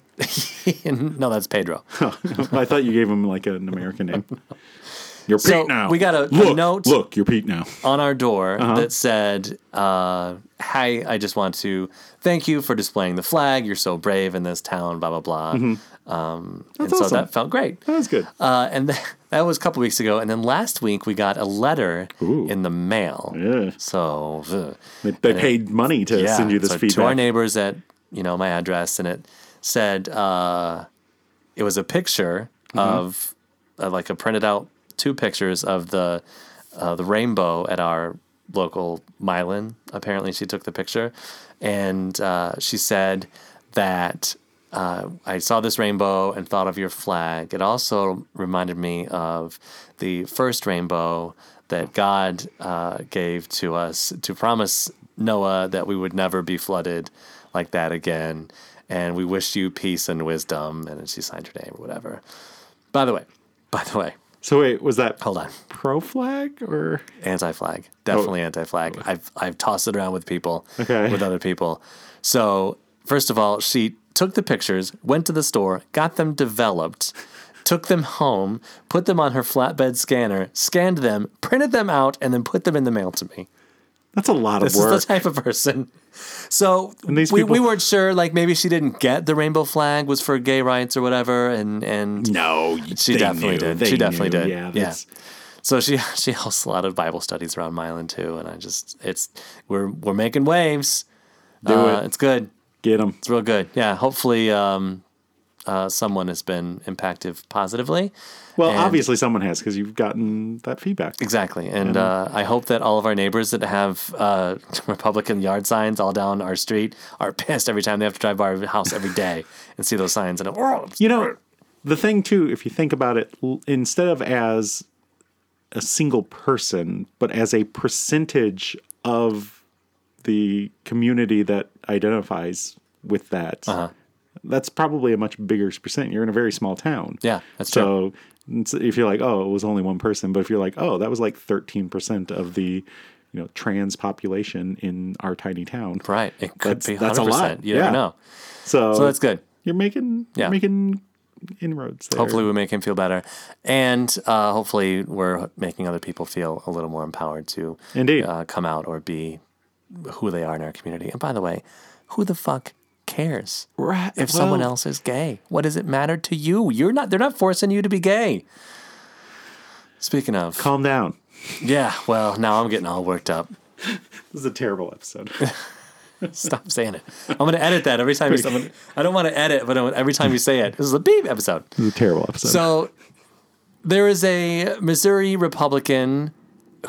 no, that's Pedro. I thought you gave him like an American name. You're Pete So, now. we got a- a look, note- Look, you're Pete now. on our door Uh-huh. that said, uh, "Hi, I just want to thank you for displaying the flag. You're so brave in this town." Blah blah blah. Um, and so Mm-hmm. awesome. that felt great. That was good. Uh, and th- that was a couple weeks ago. And then last week we got a letter Ooh. in the mail. Yeah. So ugh. They, they paid money to yeah, send you this so to our feedback. neighbors at you know my address, and it said uh, it was a picture of uh, like a printed out two pictures of the uh, the rainbow at our local Mylan. Apparently, she took the picture, and uh, she said that uh, I saw this rainbow and thought of your flag. It also reminded me of the first rainbow that God uh, gave to us to promise Noah that we would never be flooded like that again. And we wish you peace and wisdom. And then she signed her name or whatever. By the way, by the way, So wait, was that hold on. pro flag or Anti-flag, definitely anti-flag. I've I've tossed it around with people, Okay. with other people. So first of all, she took the pictures, went to the store, got them developed, took them home, put them on her flatbed scanner, scanned them, printed them out, and then put them in the mail to me. that's a lot This of work. is the type of person. So these we, we people- weren't sure. Like maybe she didn't get the rainbow flag was for gay rights or whatever, and and no, She definitely did. She definitely did. Yeah, Yeah. that's, So she she hosts a lot of Bible studies around Milan too, and I just it's we're we're making waves. Do it. It's good. get them. It's real good. Yeah. Hopefully, um, uh, someone has been impacted positively. Well, And- obviously someone has because you've gotten that feedback. Exactly, and uh, Mm-hmm. I hope that all of our neighbors that have uh, Republican yard signs all down our street are pissed every time they have to drive by our house every day and see those signs and oh, You know, the thing too, if you think about it, l- instead of as a single person, but as a percentage of the community that identifies with that, Uh-huh. that's probably a much bigger percent. You're in a very small town. yeah, that's true. So it's- if you're like, oh, it was only one person, but if you're like, oh, that was like 13% of the, you know, trans population in our tiny town. Right, it could That's- be that's a hundred lot. percent. You Yeah. never know. So, So that's good. You're making, Yeah. you're making inroads there. Hopefully, we make him feel better, and uh, hopefully, we're making other people feel a little more empowered to Indeed. uh, come out or be who they are in our community. And by the way, who the fuck cares Right. if someone Well, else is gay? What does it matter to you? You're not. They're not forcing you to be gay. Speaking of, Calm down. yeah. Well, now I'm getting all worked up. This is a terrible episode. Stop saying it. I'm gonna edit that every time you. Someone, I don't want to edit, but I want- every time you say it, this is a beep episode. this is a terrible episode. So there is a Missouri Republican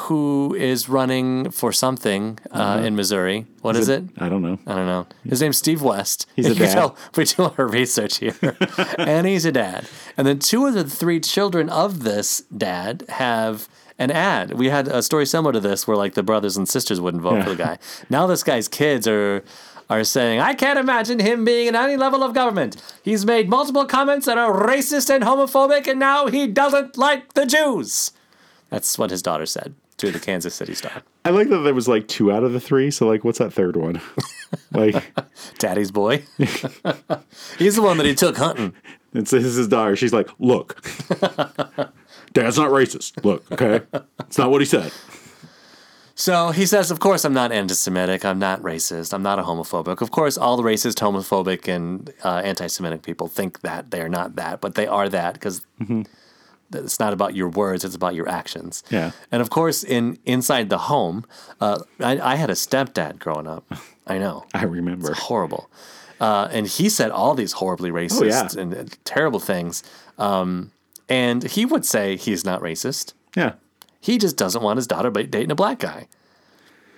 who is running for something uh, in Missouri. What is, it? I don't know. I don't know. His name's Steve West. He's a you can dad. tell we do our research here. and he's a dad. And then two of the three children of this dad have an ad. We had a story similar to this where like the brothers and sisters wouldn't vote for the guy. Now this guy's kids are are saying, I can't imagine him being in any level of government. He's made multiple comments that are racist and homophobic, and now he doesn't like the Jews. That's what his daughter said to the Kansas City Star. I like that there was like two out of the three. So like, what's that third one? like, Daddy's boy. he's the one that he took hunting. it's this is his daughter. She's like, look, dad's not racist. Look, okay, it's not what he said. So he says, Of course, I'm not anti Semitic. I'm not racist. I'm not a homophobic. Of course, all the racist, homophobic, and uh, anti Semitic people think that they're not that, but they are that because Mm-hmm. it's not about your words, it's about your actions. Yeah. And of course, in inside the home, uh, I, I had a stepdad growing up. I know. I remember. Horrible. Uh, and he said all these horribly racist Oh, yeah. and uh, terrible things. Um, and he would say he's not racist. Yeah, He just doesn't want his daughter ba- dating a black guy.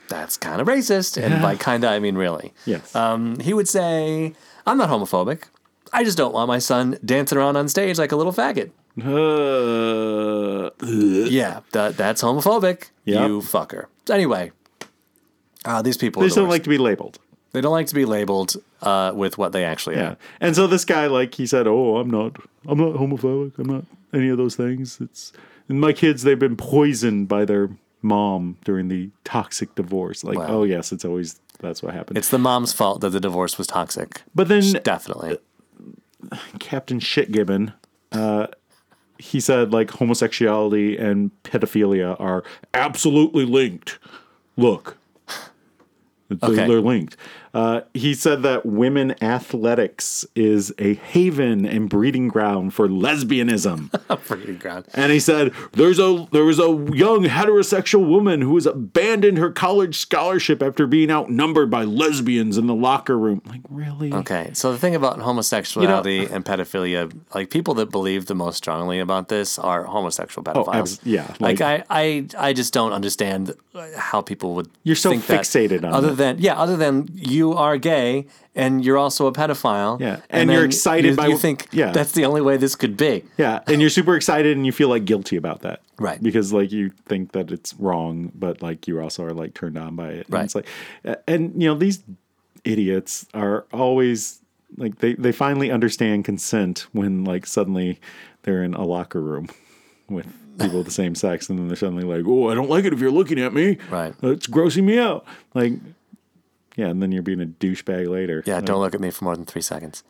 That's kind of racist. And by kind of, I mean really. yes. Um, he would say, I'm not homophobic. I just don't want my son dancing around on stage like a little faggot. Uh, ugh. Yeah, that, that's homophobic. Yep. You fucker. Anyway, uh, these people they are just the don't worst. like to be labeled. they don't like to be labeled uh, with what they actually Yeah. are. And so this guy, like, he said, "Oh, I'm not, I'm not homophobic. I'm not any of those things. It's and my kids. They've been poisoned by their mom during the toxic divorce. Like, Wow. oh yes, it's always that's what happened. It's the mom's fault that the divorce was toxic. but then Definitely. uh, Captain Shitgibbon, uh, he said like homosexuality and pedophilia are absolutely linked. Look. They're, Okay. they're linked. Uh, he said that women athletics is a haven and breeding ground for lesbianism. Breeding ground. And he said, "There's a there was a young heterosexual woman who has abandoned her college scholarship after being outnumbered by lesbians in the locker room." Like, really? Okay, so the thing about homosexuality and pedophilia, like people that believe the most strongly about this are homosexual pedophiles. Oh, abs- yeah, like, like- I, I, I just don't understand how people would. You're so think that fixated on other it. than yeah, other than you you are gay and you're also a pedophile. Yeah. And you're then excited you, by- you think yeah. that's the only way this could be. Yeah, and you're super excited and you feel like guilty about that. Right. Because like you think that it's wrong, but like you also are like turned on by it. And Right. it's like and you know these idiots are always like they they finally understand consent when like suddenly they're in a locker room with people of the same sex and then they're suddenly like, "Oh, I don't like it if you're looking at me." Right. It's grossing me out. Like yeah, and then you're being a douchebag later. Yeah, don't look at me for more than three seconds.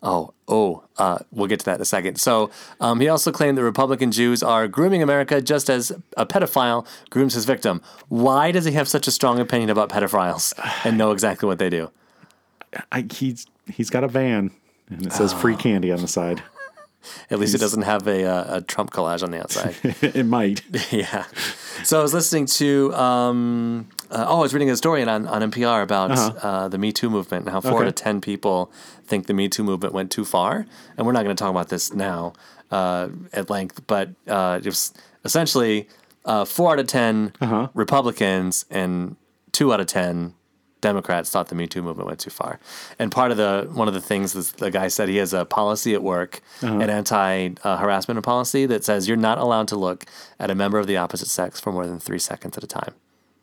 Oh, oh, uh, we'll get to that in a second. So um, he also claimed that Republican Jews are grooming America just as a pedophile grooms his victim. Why does he have such a strong opinion about pedophiles and know exactly what they do? I, he's he's got a van and it says Ah. free candy on the side. At least it doesn't have a, uh, a Trump collage on the outside. it might. yeah. So I was listening to, um, uh, oh, I was reading a story on, on NPR about uh the Me Too movement and how four Okay. out of 10 people think the Me Too movement went too far. And we're not going to talk about this now uh, at length, but uh, it was essentially uh, four out of 10 Uh-huh. Republicans and two out of 10 Democrats thought the Me Too movement went too far. And part of the one of the things is the guy said he has a policy at work, Uh-huh. an anti uh, harassment policy that says you're not allowed to look at a member of the opposite sex for more than three seconds at a time.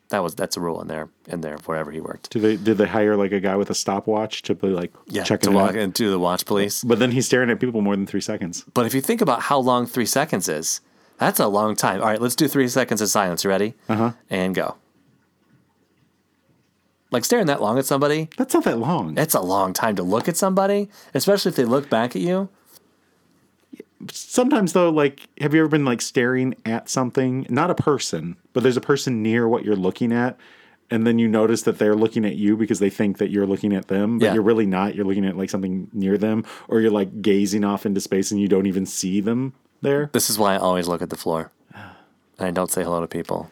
That was that's a rule in there in there wherever he worked. Do they did they hire like a guy with a stopwatch to be like Yeah, checking to it walk out? and do the watch police. But then he's staring at people more than three seconds. But if you think about how long three seconds is, that's a long time. All right, let's do three seconds of silence. You ready? Uh Uh-huh. huh. And go. Like staring that long at somebody, That's not that long. it's a long time to look at somebody, especially if they look back at you. Sometimes though, like have you ever been like staring at something? Not a person, but there's a person near what you're looking at, and then you notice that they're looking at you because they think that you're looking at them, but Yeah. you're really not. You're looking at like something near them, or you're like gazing off into space and you don't even see them there. This is why I always look at the floor. And I don't say hello to people.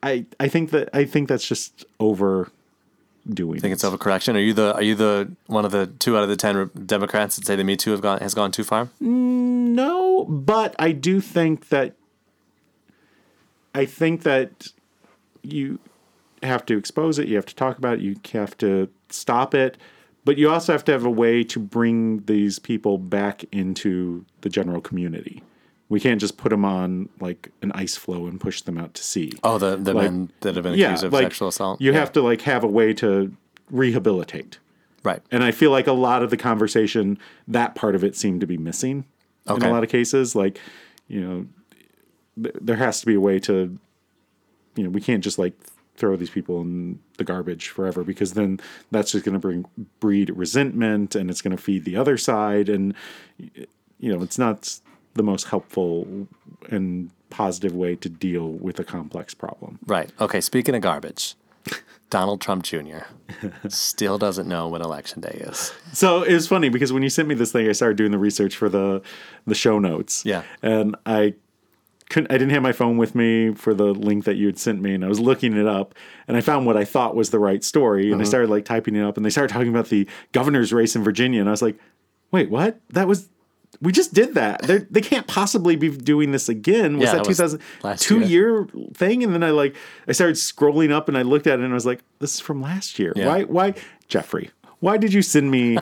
I, I think that I think that's just overdoing. Think it's overcorrection. Are you the are you the one of the two out of the ten re- Democrats that say the Me Too have gone has gone too far? No, but I do think that I think that you have to expose it, you have to talk about it, you have to stop it, but you also have to have a way to bring these people back into the general community. We can't just put them on like an ice floe and push them out to sea. Oh, the the Like- men that have been yeah, accused of like sexual assault. you Yeah. have to like have a way to rehabilitate. right. And I feel like a lot of the conversation, that part of it seemed to be missing in Okay. a lot of cases. Like, you know, th- there has to be a way to, you know, we can't just like throw these people in the garbage forever because then that's just going to bring breed resentment and it's going to feed the other side. And, you know, it's not the most helpful and positive way to deal with a complex problem. Right. Okay. Speaking of garbage, Donald Trump Jr. still doesn't know when election day is. So it was funny because when you sent me this thing, I started doing the research for the the show notes. Yeah. and I couldn't. I didn't have my phone with me for the link that you had sent me, and I was looking it up, and I found what I thought was the right story, Uh-huh. and I started like typing it up, and they started talking about the governor's race in Virginia, and I was like, "Wait, what? That was." We just did that. They're, they can't possibly be doing this again. Was Yeah, that that was 2000 last two year thing? And then I like I started scrolling up and I looked at it and I was like, this is from last year. Yeah. Why why Jeffrey, why did you send me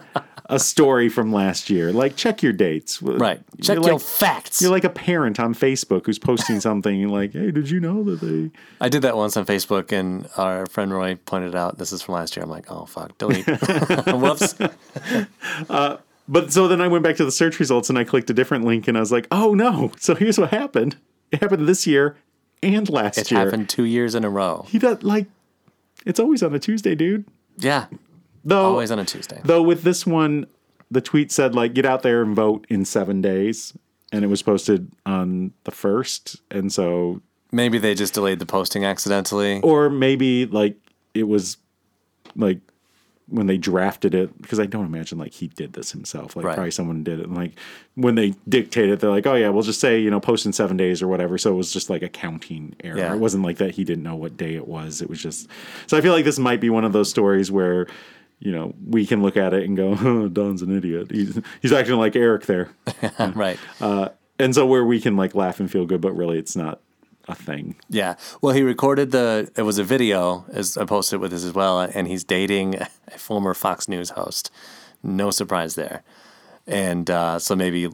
a story from last year? Like, check your dates. Right. Check you're your like, facts. you're like a parent on Facebook who's posting something and like, hey, did you know that they? I did that once on Facebook, and our friend Roy pointed out this is from last year. I'm like, oh fuck, delete. Whoops. But so then I went back to the search results and I clicked a different link and I was like, oh no. So here's what happened. It happened this year and last It year. happened two years in a row. He does like, it's always on a Tuesday, dude. Yeah. Though Always on a Tuesday. Though with this one, the tweet said like get out there and vote in seven days, and it was posted on the first, and so Maybe they just delayed the posting accidentally. or maybe like it was like when they drafted it because I don't imagine like he did this himself. Like Right. probably someone did it, and like when they dictated, it, they're like, oh yeah, we'll just say you know post in seven days or whatever. So it was just like a counting error. Yeah. It wasn't like that he didn't know what day it was. It was just so I feel like this might be one of those stories where. You know, we can look at it and go, oh, Don's an idiot. He's, he's acting like Eric there. right. Uh, and so where we can like laugh and feel good, but really it's not a thing. Yeah. Well, he recorded the. It was a video, as I posted with this as well, and he's dating a former Fox News host. No surprise there. And uh, so maybe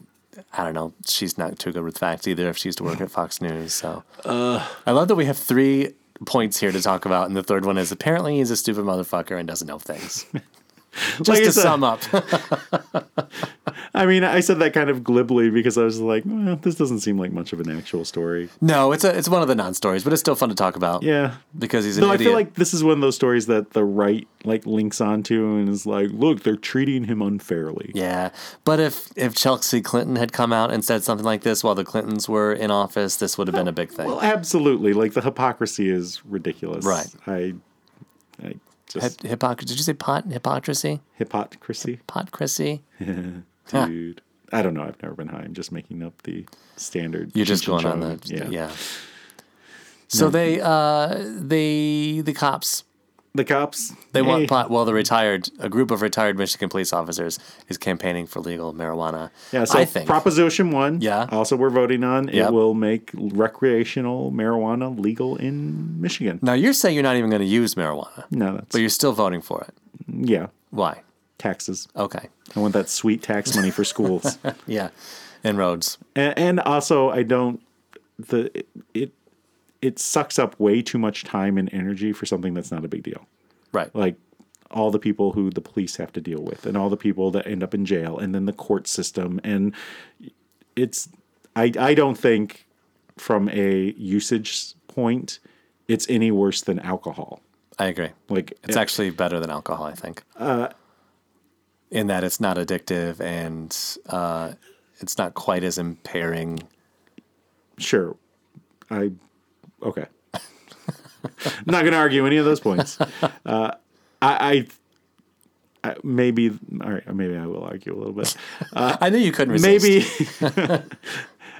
I don't know. She's not too good with facts either. If she used to work at Fox News, so Uh. I love that we have three points here to talk about, and the third one is apparently he's a stupid motherfucker and doesn't know things. Just Like I to said- sum up, I mean, I said that kind of glibly because I was like, well, this doesn't seem like much of an actual story. no, it's a it's one of the non-stories, but it's still fun to talk about. Yeah. because he's an Though I idiot. feel like this is one of those stories that the right like links onto and is like, look, they're treating him unfairly. Yeah, but if if Chelsea Clinton had come out and said something like this while the Clintons were in office, this would have been a big thing. Well, absolutely. Like the hypocrisy is ridiculous. Right. I, I just Hip- hypocrisy? Did you say pot hypocrisy? hypocrisy, Potcrisy? Huh. dude. I don't know. I've never been high. I'm just making up the standard. You're just Cheech and going on Chong. that. Yeah. So they uh they the cops The cops. Eh. they hey. want pot. Well, the retired a group of retired Michigan police officers is campaigning for legal marijuana. Yeah, so I think Proposition One. Yeah. Also, we're voting on Yep. it will make recreational marijuana legal in Michigan. now you're saying you're not even going to use marijuana, No, that's but you're still voting for it. yeah. Why? Taxes. Okay. I want that sweet tax money for schools. Yeah, and roads. and, and also I don't the it it sucks up way too much time and energy for something that's not a big deal. Right. Like all the people who the police have to deal with and all the people that end up in jail and then the court system and it's I I don't think from a usage point it's any worse than alcohol. I agree. Like It's actually better than alcohol, I think. Uh, in that it's not addictive and uh, it's not quite as impairing. eh, sure. I okay. Not going to argue any of those points. Uh, I, I, I maybe all right. Maybe I will argue a little bit. I knew you couldn't resist. Uh, Maybe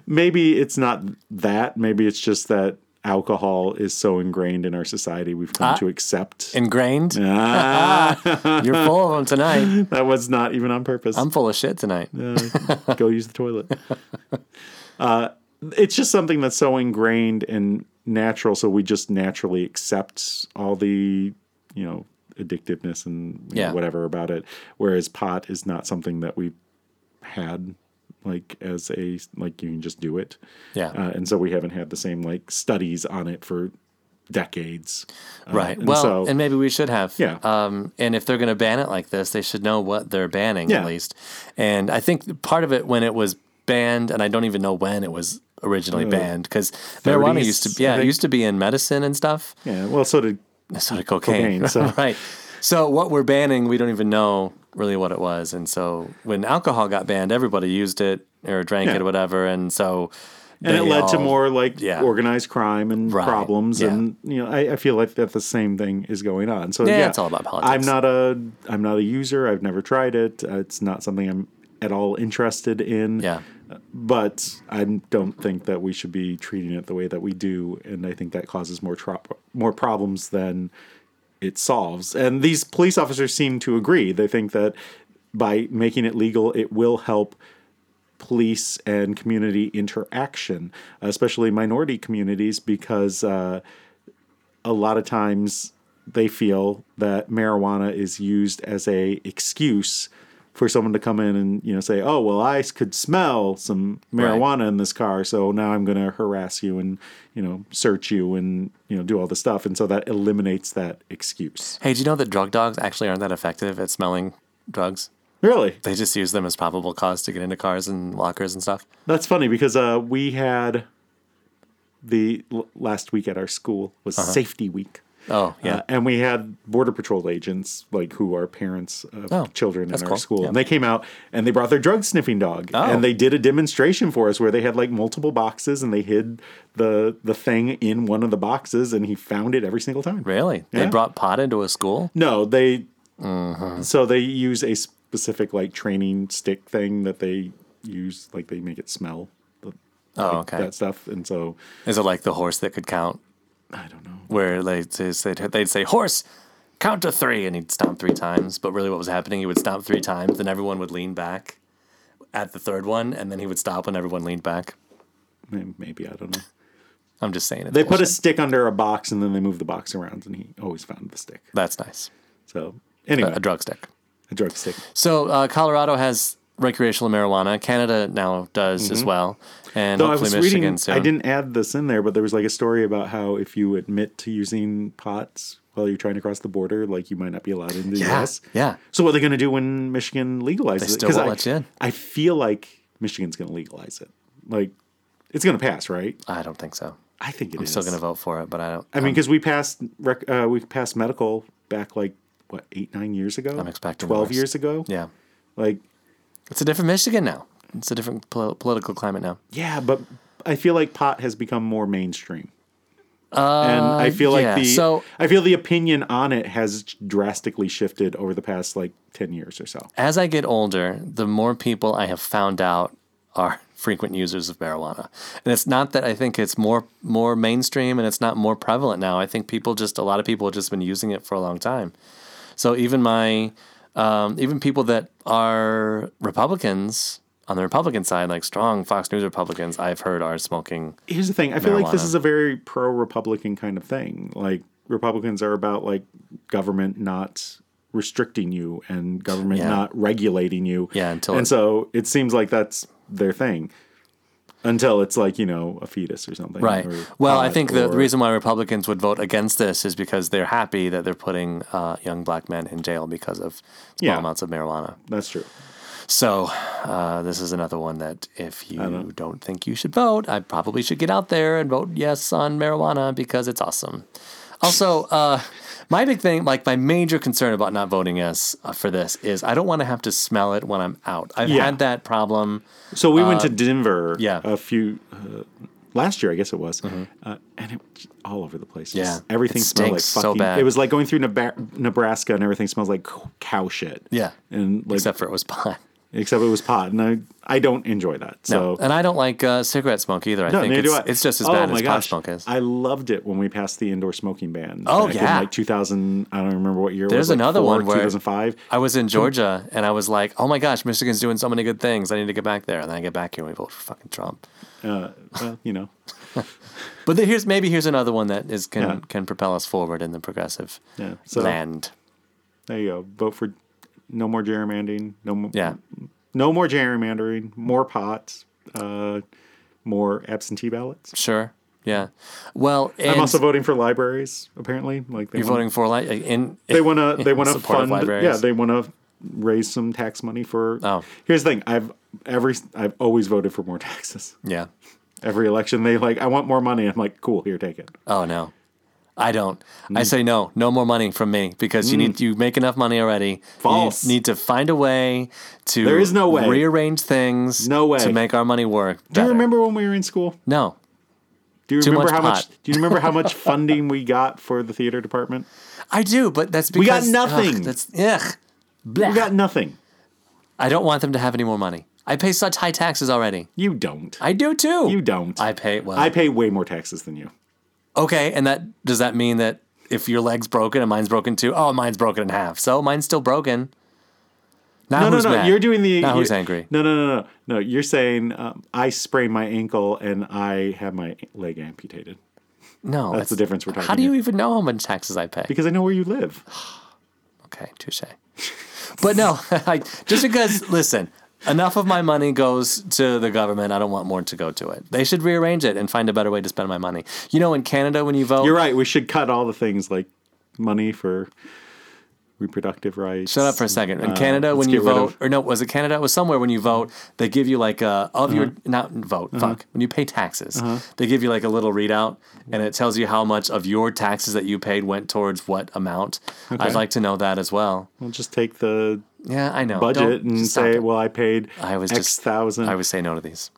maybe it's not that. Maybe it's just that alcohol is so ingrained in our society we've Ah. come to accept. ingrained. You're full of them tonight. that was not even on purpose. I'm full of shit tonight. go use the toilet. Uh, it's just something that's so ingrained and natural, so we just naturally accept all the you know addictiveness and you know, Yeah. whatever about it. Whereas pot is not something that we had like as a like you can just do it, Yeah. uh, and so we haven't had the same like studies on it for decades, Uh, right. and well, so- and maybe we should have. Yeah. Um, and if they're going to ban it like this, they should know what they're banning Yeah. at least. And I think part of it when it was banned, and I don't even know when it was originally banned, because marijuana 30s, used to I yeah it think. used to be in medicine and stuff. yeah, well, so did sort of cocaine. Cocaine, so- right. So what we're banning, we don't even know really what it was. And so when alcohol got banned, everybody used it or drank Yeah. it or whatever. And so and it they led to all- more like yeah. organized crime and Right, problems yeah. and you know I, I feel like that the same thing is going on so Yeah, yeah, it's all about politics. i'm not a i'm not a user i've never tried it Uh, it's not something i'm at all interested in Yeah. but i don't think that we should be treating it the way that we do and i think that causes more tro- more problems than it solves and these police officers seem to agree they think that by making it legal it will help police and community interaction, especially minority communities, because uh, a lot of times they feel that marijuana is used as a excuse for someone to come in and you know say, "Oh, well, I could smell some marijuana in this car, so now I'm going to harass you and you know search you and you know do all this stuff," and so that eliminates that excuse. Hey, do you know that drug dogs actually aren't that effective at smelling drugs? Really, They just use them as probable cause to get into cars and lockers and stuff. That's funny because uh, we had the l- last week at our school was safety week. Oh Uh-huh. yeah. Uh, and we had border patrol agents like who are parents of Oh, children in that's our cool. school Yeah. and they came out and they brought their drug sniffing dog Oh. and they did a demonstration for us where they had like multiple boxes and they hid the the thing in one of the boxes and he found it every single time really? They Yeah. brought pot into a school? no, they. uh-huh. So they use a specific like training stick thing that they use, like they make it smell. The, Oh, okay. That stuff, and so Is it like the horse that could count? I don't know. where they'd say, they'd say horse count to three and he'd stomp three times but really what was happening he would stomp three times then everyone would lean back at the third one and then he would stop when everyone leaned back May- Maybe I don't know. I'm just saying it. They put a stick under a box and then they moved the box around, and he always found the stick. That's nice. So A, anyway, a drug stick. a drug stick. So uh, Colorado has recreational marijuana. Canada now does as well, and Mm-hmm. Though I hopefully was Michigan reading, soon. I didn't add this in there, but there was like a story about how if you admit to using pots while you're trying to cross the border, like you might not be allowed in the Yeah, U.S. yeah. So what are they going to do when Michigan legalizes it? still 'Cause won't I, let you in. I feel like Michigan's going to legalize it. Like it's going to pass, right? I don't think so. I think it I'm still going to vote for it, but I don't. I mean, because we passed rec- uh, we passed medical back like what eight nine years ago. I'm expecting twelve worse. years ago. yeah, Like it's a different Michigan now. It's a different pol- political climate now. yeah, but I feel like pot has become more mainstream. and I feel Uh, yeah, like the so- I feel the opinion on it has drastically shifted over the past like ten years or so. As I get older, the more people I have found out are frequent users of marijuana, and it's not that I think it's more more mainstream and it's not more prevalent now. I think people just a lot of people have just been using it for a long time. So even my um, even people that are Republicans on the Republican side, like strong Fox News Republicans, I've heard are smoking. Here's the thing: I feel like this Marijuana. is a very pro-Republican kind of thing. Like Republicans are about like government not restricting you and government Yeah. not regulating you. Yeah, until and it- so it seems like that's their thing. Until it's like you know a fetus or something, Right. or Well, I pot think the, or- the reason why Republicans would vote against this is because they're happy that they're putting uh, young black men in jail because of small Yeah. amounts of marijuana. that's true. So uh, this is another one that if you don't. think you should vote, I probably should get out there and vote yes on marijuana because it's awesome. Also, uh, my big thing, like my major concern about not voting yes uh, for this is I don't want to have to smell it when I'm out. I've Yeah. had that problem. So we went to Denver, um, yeah. Mm-hmm. a few uh, last year, I guess it was, uh, and it was all over the place. Just Yeah. everything It smelled like stinks so fucking. bad. It was like going through Neba- Nebraska, and everything smells like c- cow shit. Yeah. and like Except except, for it was pot. it was pot, and I I don't enjoy that. So and I don't like uh, cigarette smoke either. I No, think neither it's, do I. it's just as Oh bad my as pot gosh. smoke is. I loved it when we passed the indoor smoking ban. Oh, back yeah. in like 2000. I don't remember what year. There's it was, like another four, one where- 2005. I was in Georgia and I was like, oh my gosh, Michigan's doing so many good things. I need to get back there. And then I get back here and we vote for fucking Trump. Uh, well, you know, But then here's maybe here's another one that is can Yeah. can propel us forward in the progressive Yeah, so- land. there you go. Vote for no more gerrymandering. No more. Yeah, no more gerrymandering, more pots, uh, more absentee ballots. sure. Yeah. Well, and I'm also voting for libraries. Apparently, like they you're voting for like in they want to they want to support of fund libraries. yeah they want to raise some tax money for. Oh. here's the thing: I've every I've always voted for more taxes. yeah. Every election, they like I want more money. I'm like, cool, here, take it. Oh no, I don't. Mm. I say no, no more money from me because you need you make enough money already. False. You need to find a way to There is no way. rearrange things. No way. to make our money work. Do you better. remember when we were in school? No, Do you Too much remember how pot. much? Do you remember how much funding we got for the theater department? I do, but that's because got ugh, nothing. that's ugh. Blah. We got nothing. I don't want them to have any more money. I pay such high taxes already. You don't. I do too. you don't. I pay well. I pay way more taxes than you. okay, and that does that mean that if your leg's broken and mine's broken too? Oh, mine's broken in half. So mine's still broken. Now No, no, who's no. mad? You're doing the. Now you- who's angry? No, no, no, no. No, you're saying um, I sprained my ankle and I have my leg amputated No, that's the difference we're How talking do you even know how much taxes I pay? because I know where you live. Okay, touche. But no, I, just because listen, enough of my money goes to the government. I don't want more to go to it. They should rearrange it and find a better way to spend my money. You know, in Canada, when you vote, You're right. We should cut all the things like money for reproductive rights. Shut up for a second. In Uh, Canada, let's when you get rid vote, of- or no, was it Canada? It was somewhere when you vote, they give you like a of Uh-huh. your not vote. Fuck. When you pay taxes, they give you like a little readout, and it tells you how much of your taxes that you paid went towards what amount. I'd like to know that as well. We'll just take the Yeah, I know. budget Don't- and just stop say, it. well, I paid I was X just- thousand. I would say no to these.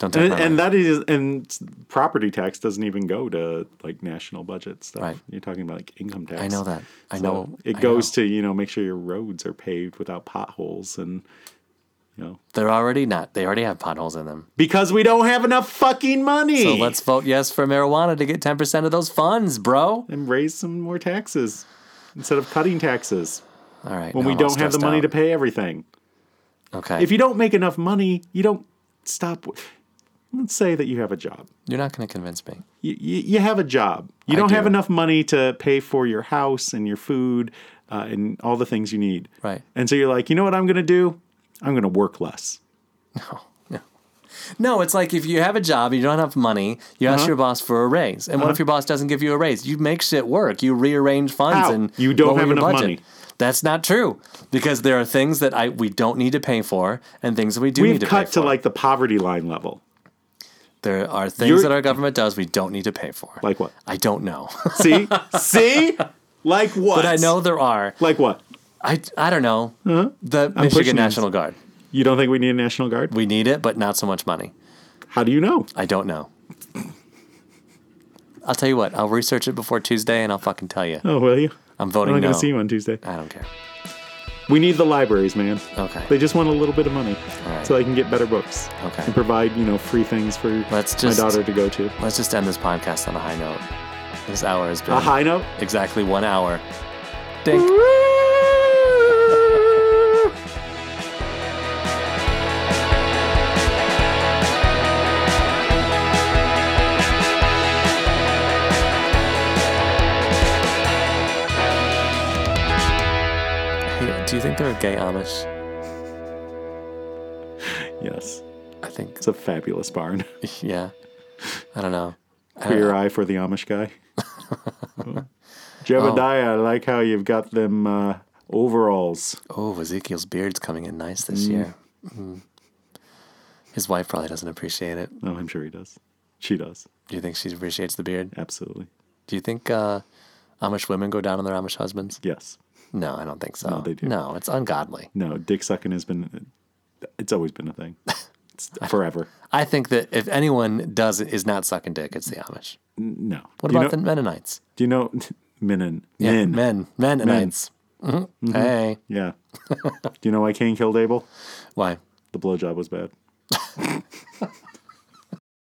Don't take and, my and money. that is and property tax doesn't even go to like national budget stuff. Right. You're talking about like income tax. I know that. I So know it I goes know. to you know make sure your roads are paved without potholes and you know They're already not. They already have potholes in them. because we don't have enough fucking money. So let's vote yes for marijuana to get ten percent of those funds, bro. and raise some more taxes instead of cutting taxes All right. when we don't have the money to pay everything. Okay. If you don't make enough money, you don't stop. let's say that you have a job. You're not going to convince me. You, you, you have a job. You I don't do. have enough money to pay for your house and your food uh, and all the things you need. Right. And so you're like, you know what I'm going to do? I'm going to work less. No, it's like if you have a job, you don't have money, you Uh-huh. ask your boss for a raise. And what if your boss doesn't give you a raise? You make shit work. You rearrange funds How? and You don't lower have your enough budget. money. That's not true because there are things that I we don't need to pay for and things that we do need We've to cut pay to for. like the poverty line level. there are things You're- that our government does we don't need to pay for. Like what? I don't know. See? See? Like what? but I know there are. Like what? I, I don't know. The pushing Michigan these. National Guard. You don't think we need a National Guard? We need it, but not so much money. How do you know? I don't know. I'll tell you what. I'll research it before Tuesday, and I'll fucking tell you. Oh, will you? I'm I'm voting not no. going to see you on Tuesday. I don't care. We need the libraries, man. Okay. They just want a little bit of money right. so they can get better books Okay. and provide, you know, free things for Let's my just- daughter to go to. Let's just end this podcast on a high note. This hour has been A high note? exactly one hour. Dink. Hey, Do you think they're a gay Amish? Yes. I think, It's a fabulous barn. yeah. I don't know. I don't Queer know. eye for the Amish guy. Jebediah, I like how you've got them uh, overalls. Oh, Ezekiel's beard's coming in nice this year. Mm. His wife probably doesn't appreciate it. Oh, I'm sure he does. She does. Do you think she appreciates the beard? Absolutely. Do you think uh, Amish women go down on their Amish husbands? Yes. No, I don't think so. No, they do. No, it's ungodly. No, dick sucking has been, it's always been a thing. It's forever. I think that if anyone does is not sucking dick, it's the Amish. No. What do about you know, the Mennonites? Do you know Menon? Yeah, men. Mm-hmm. men, Mennonites. Mhm. Hey, Yeah. do you know why Cain killed Abel? why? The blowjob was bad.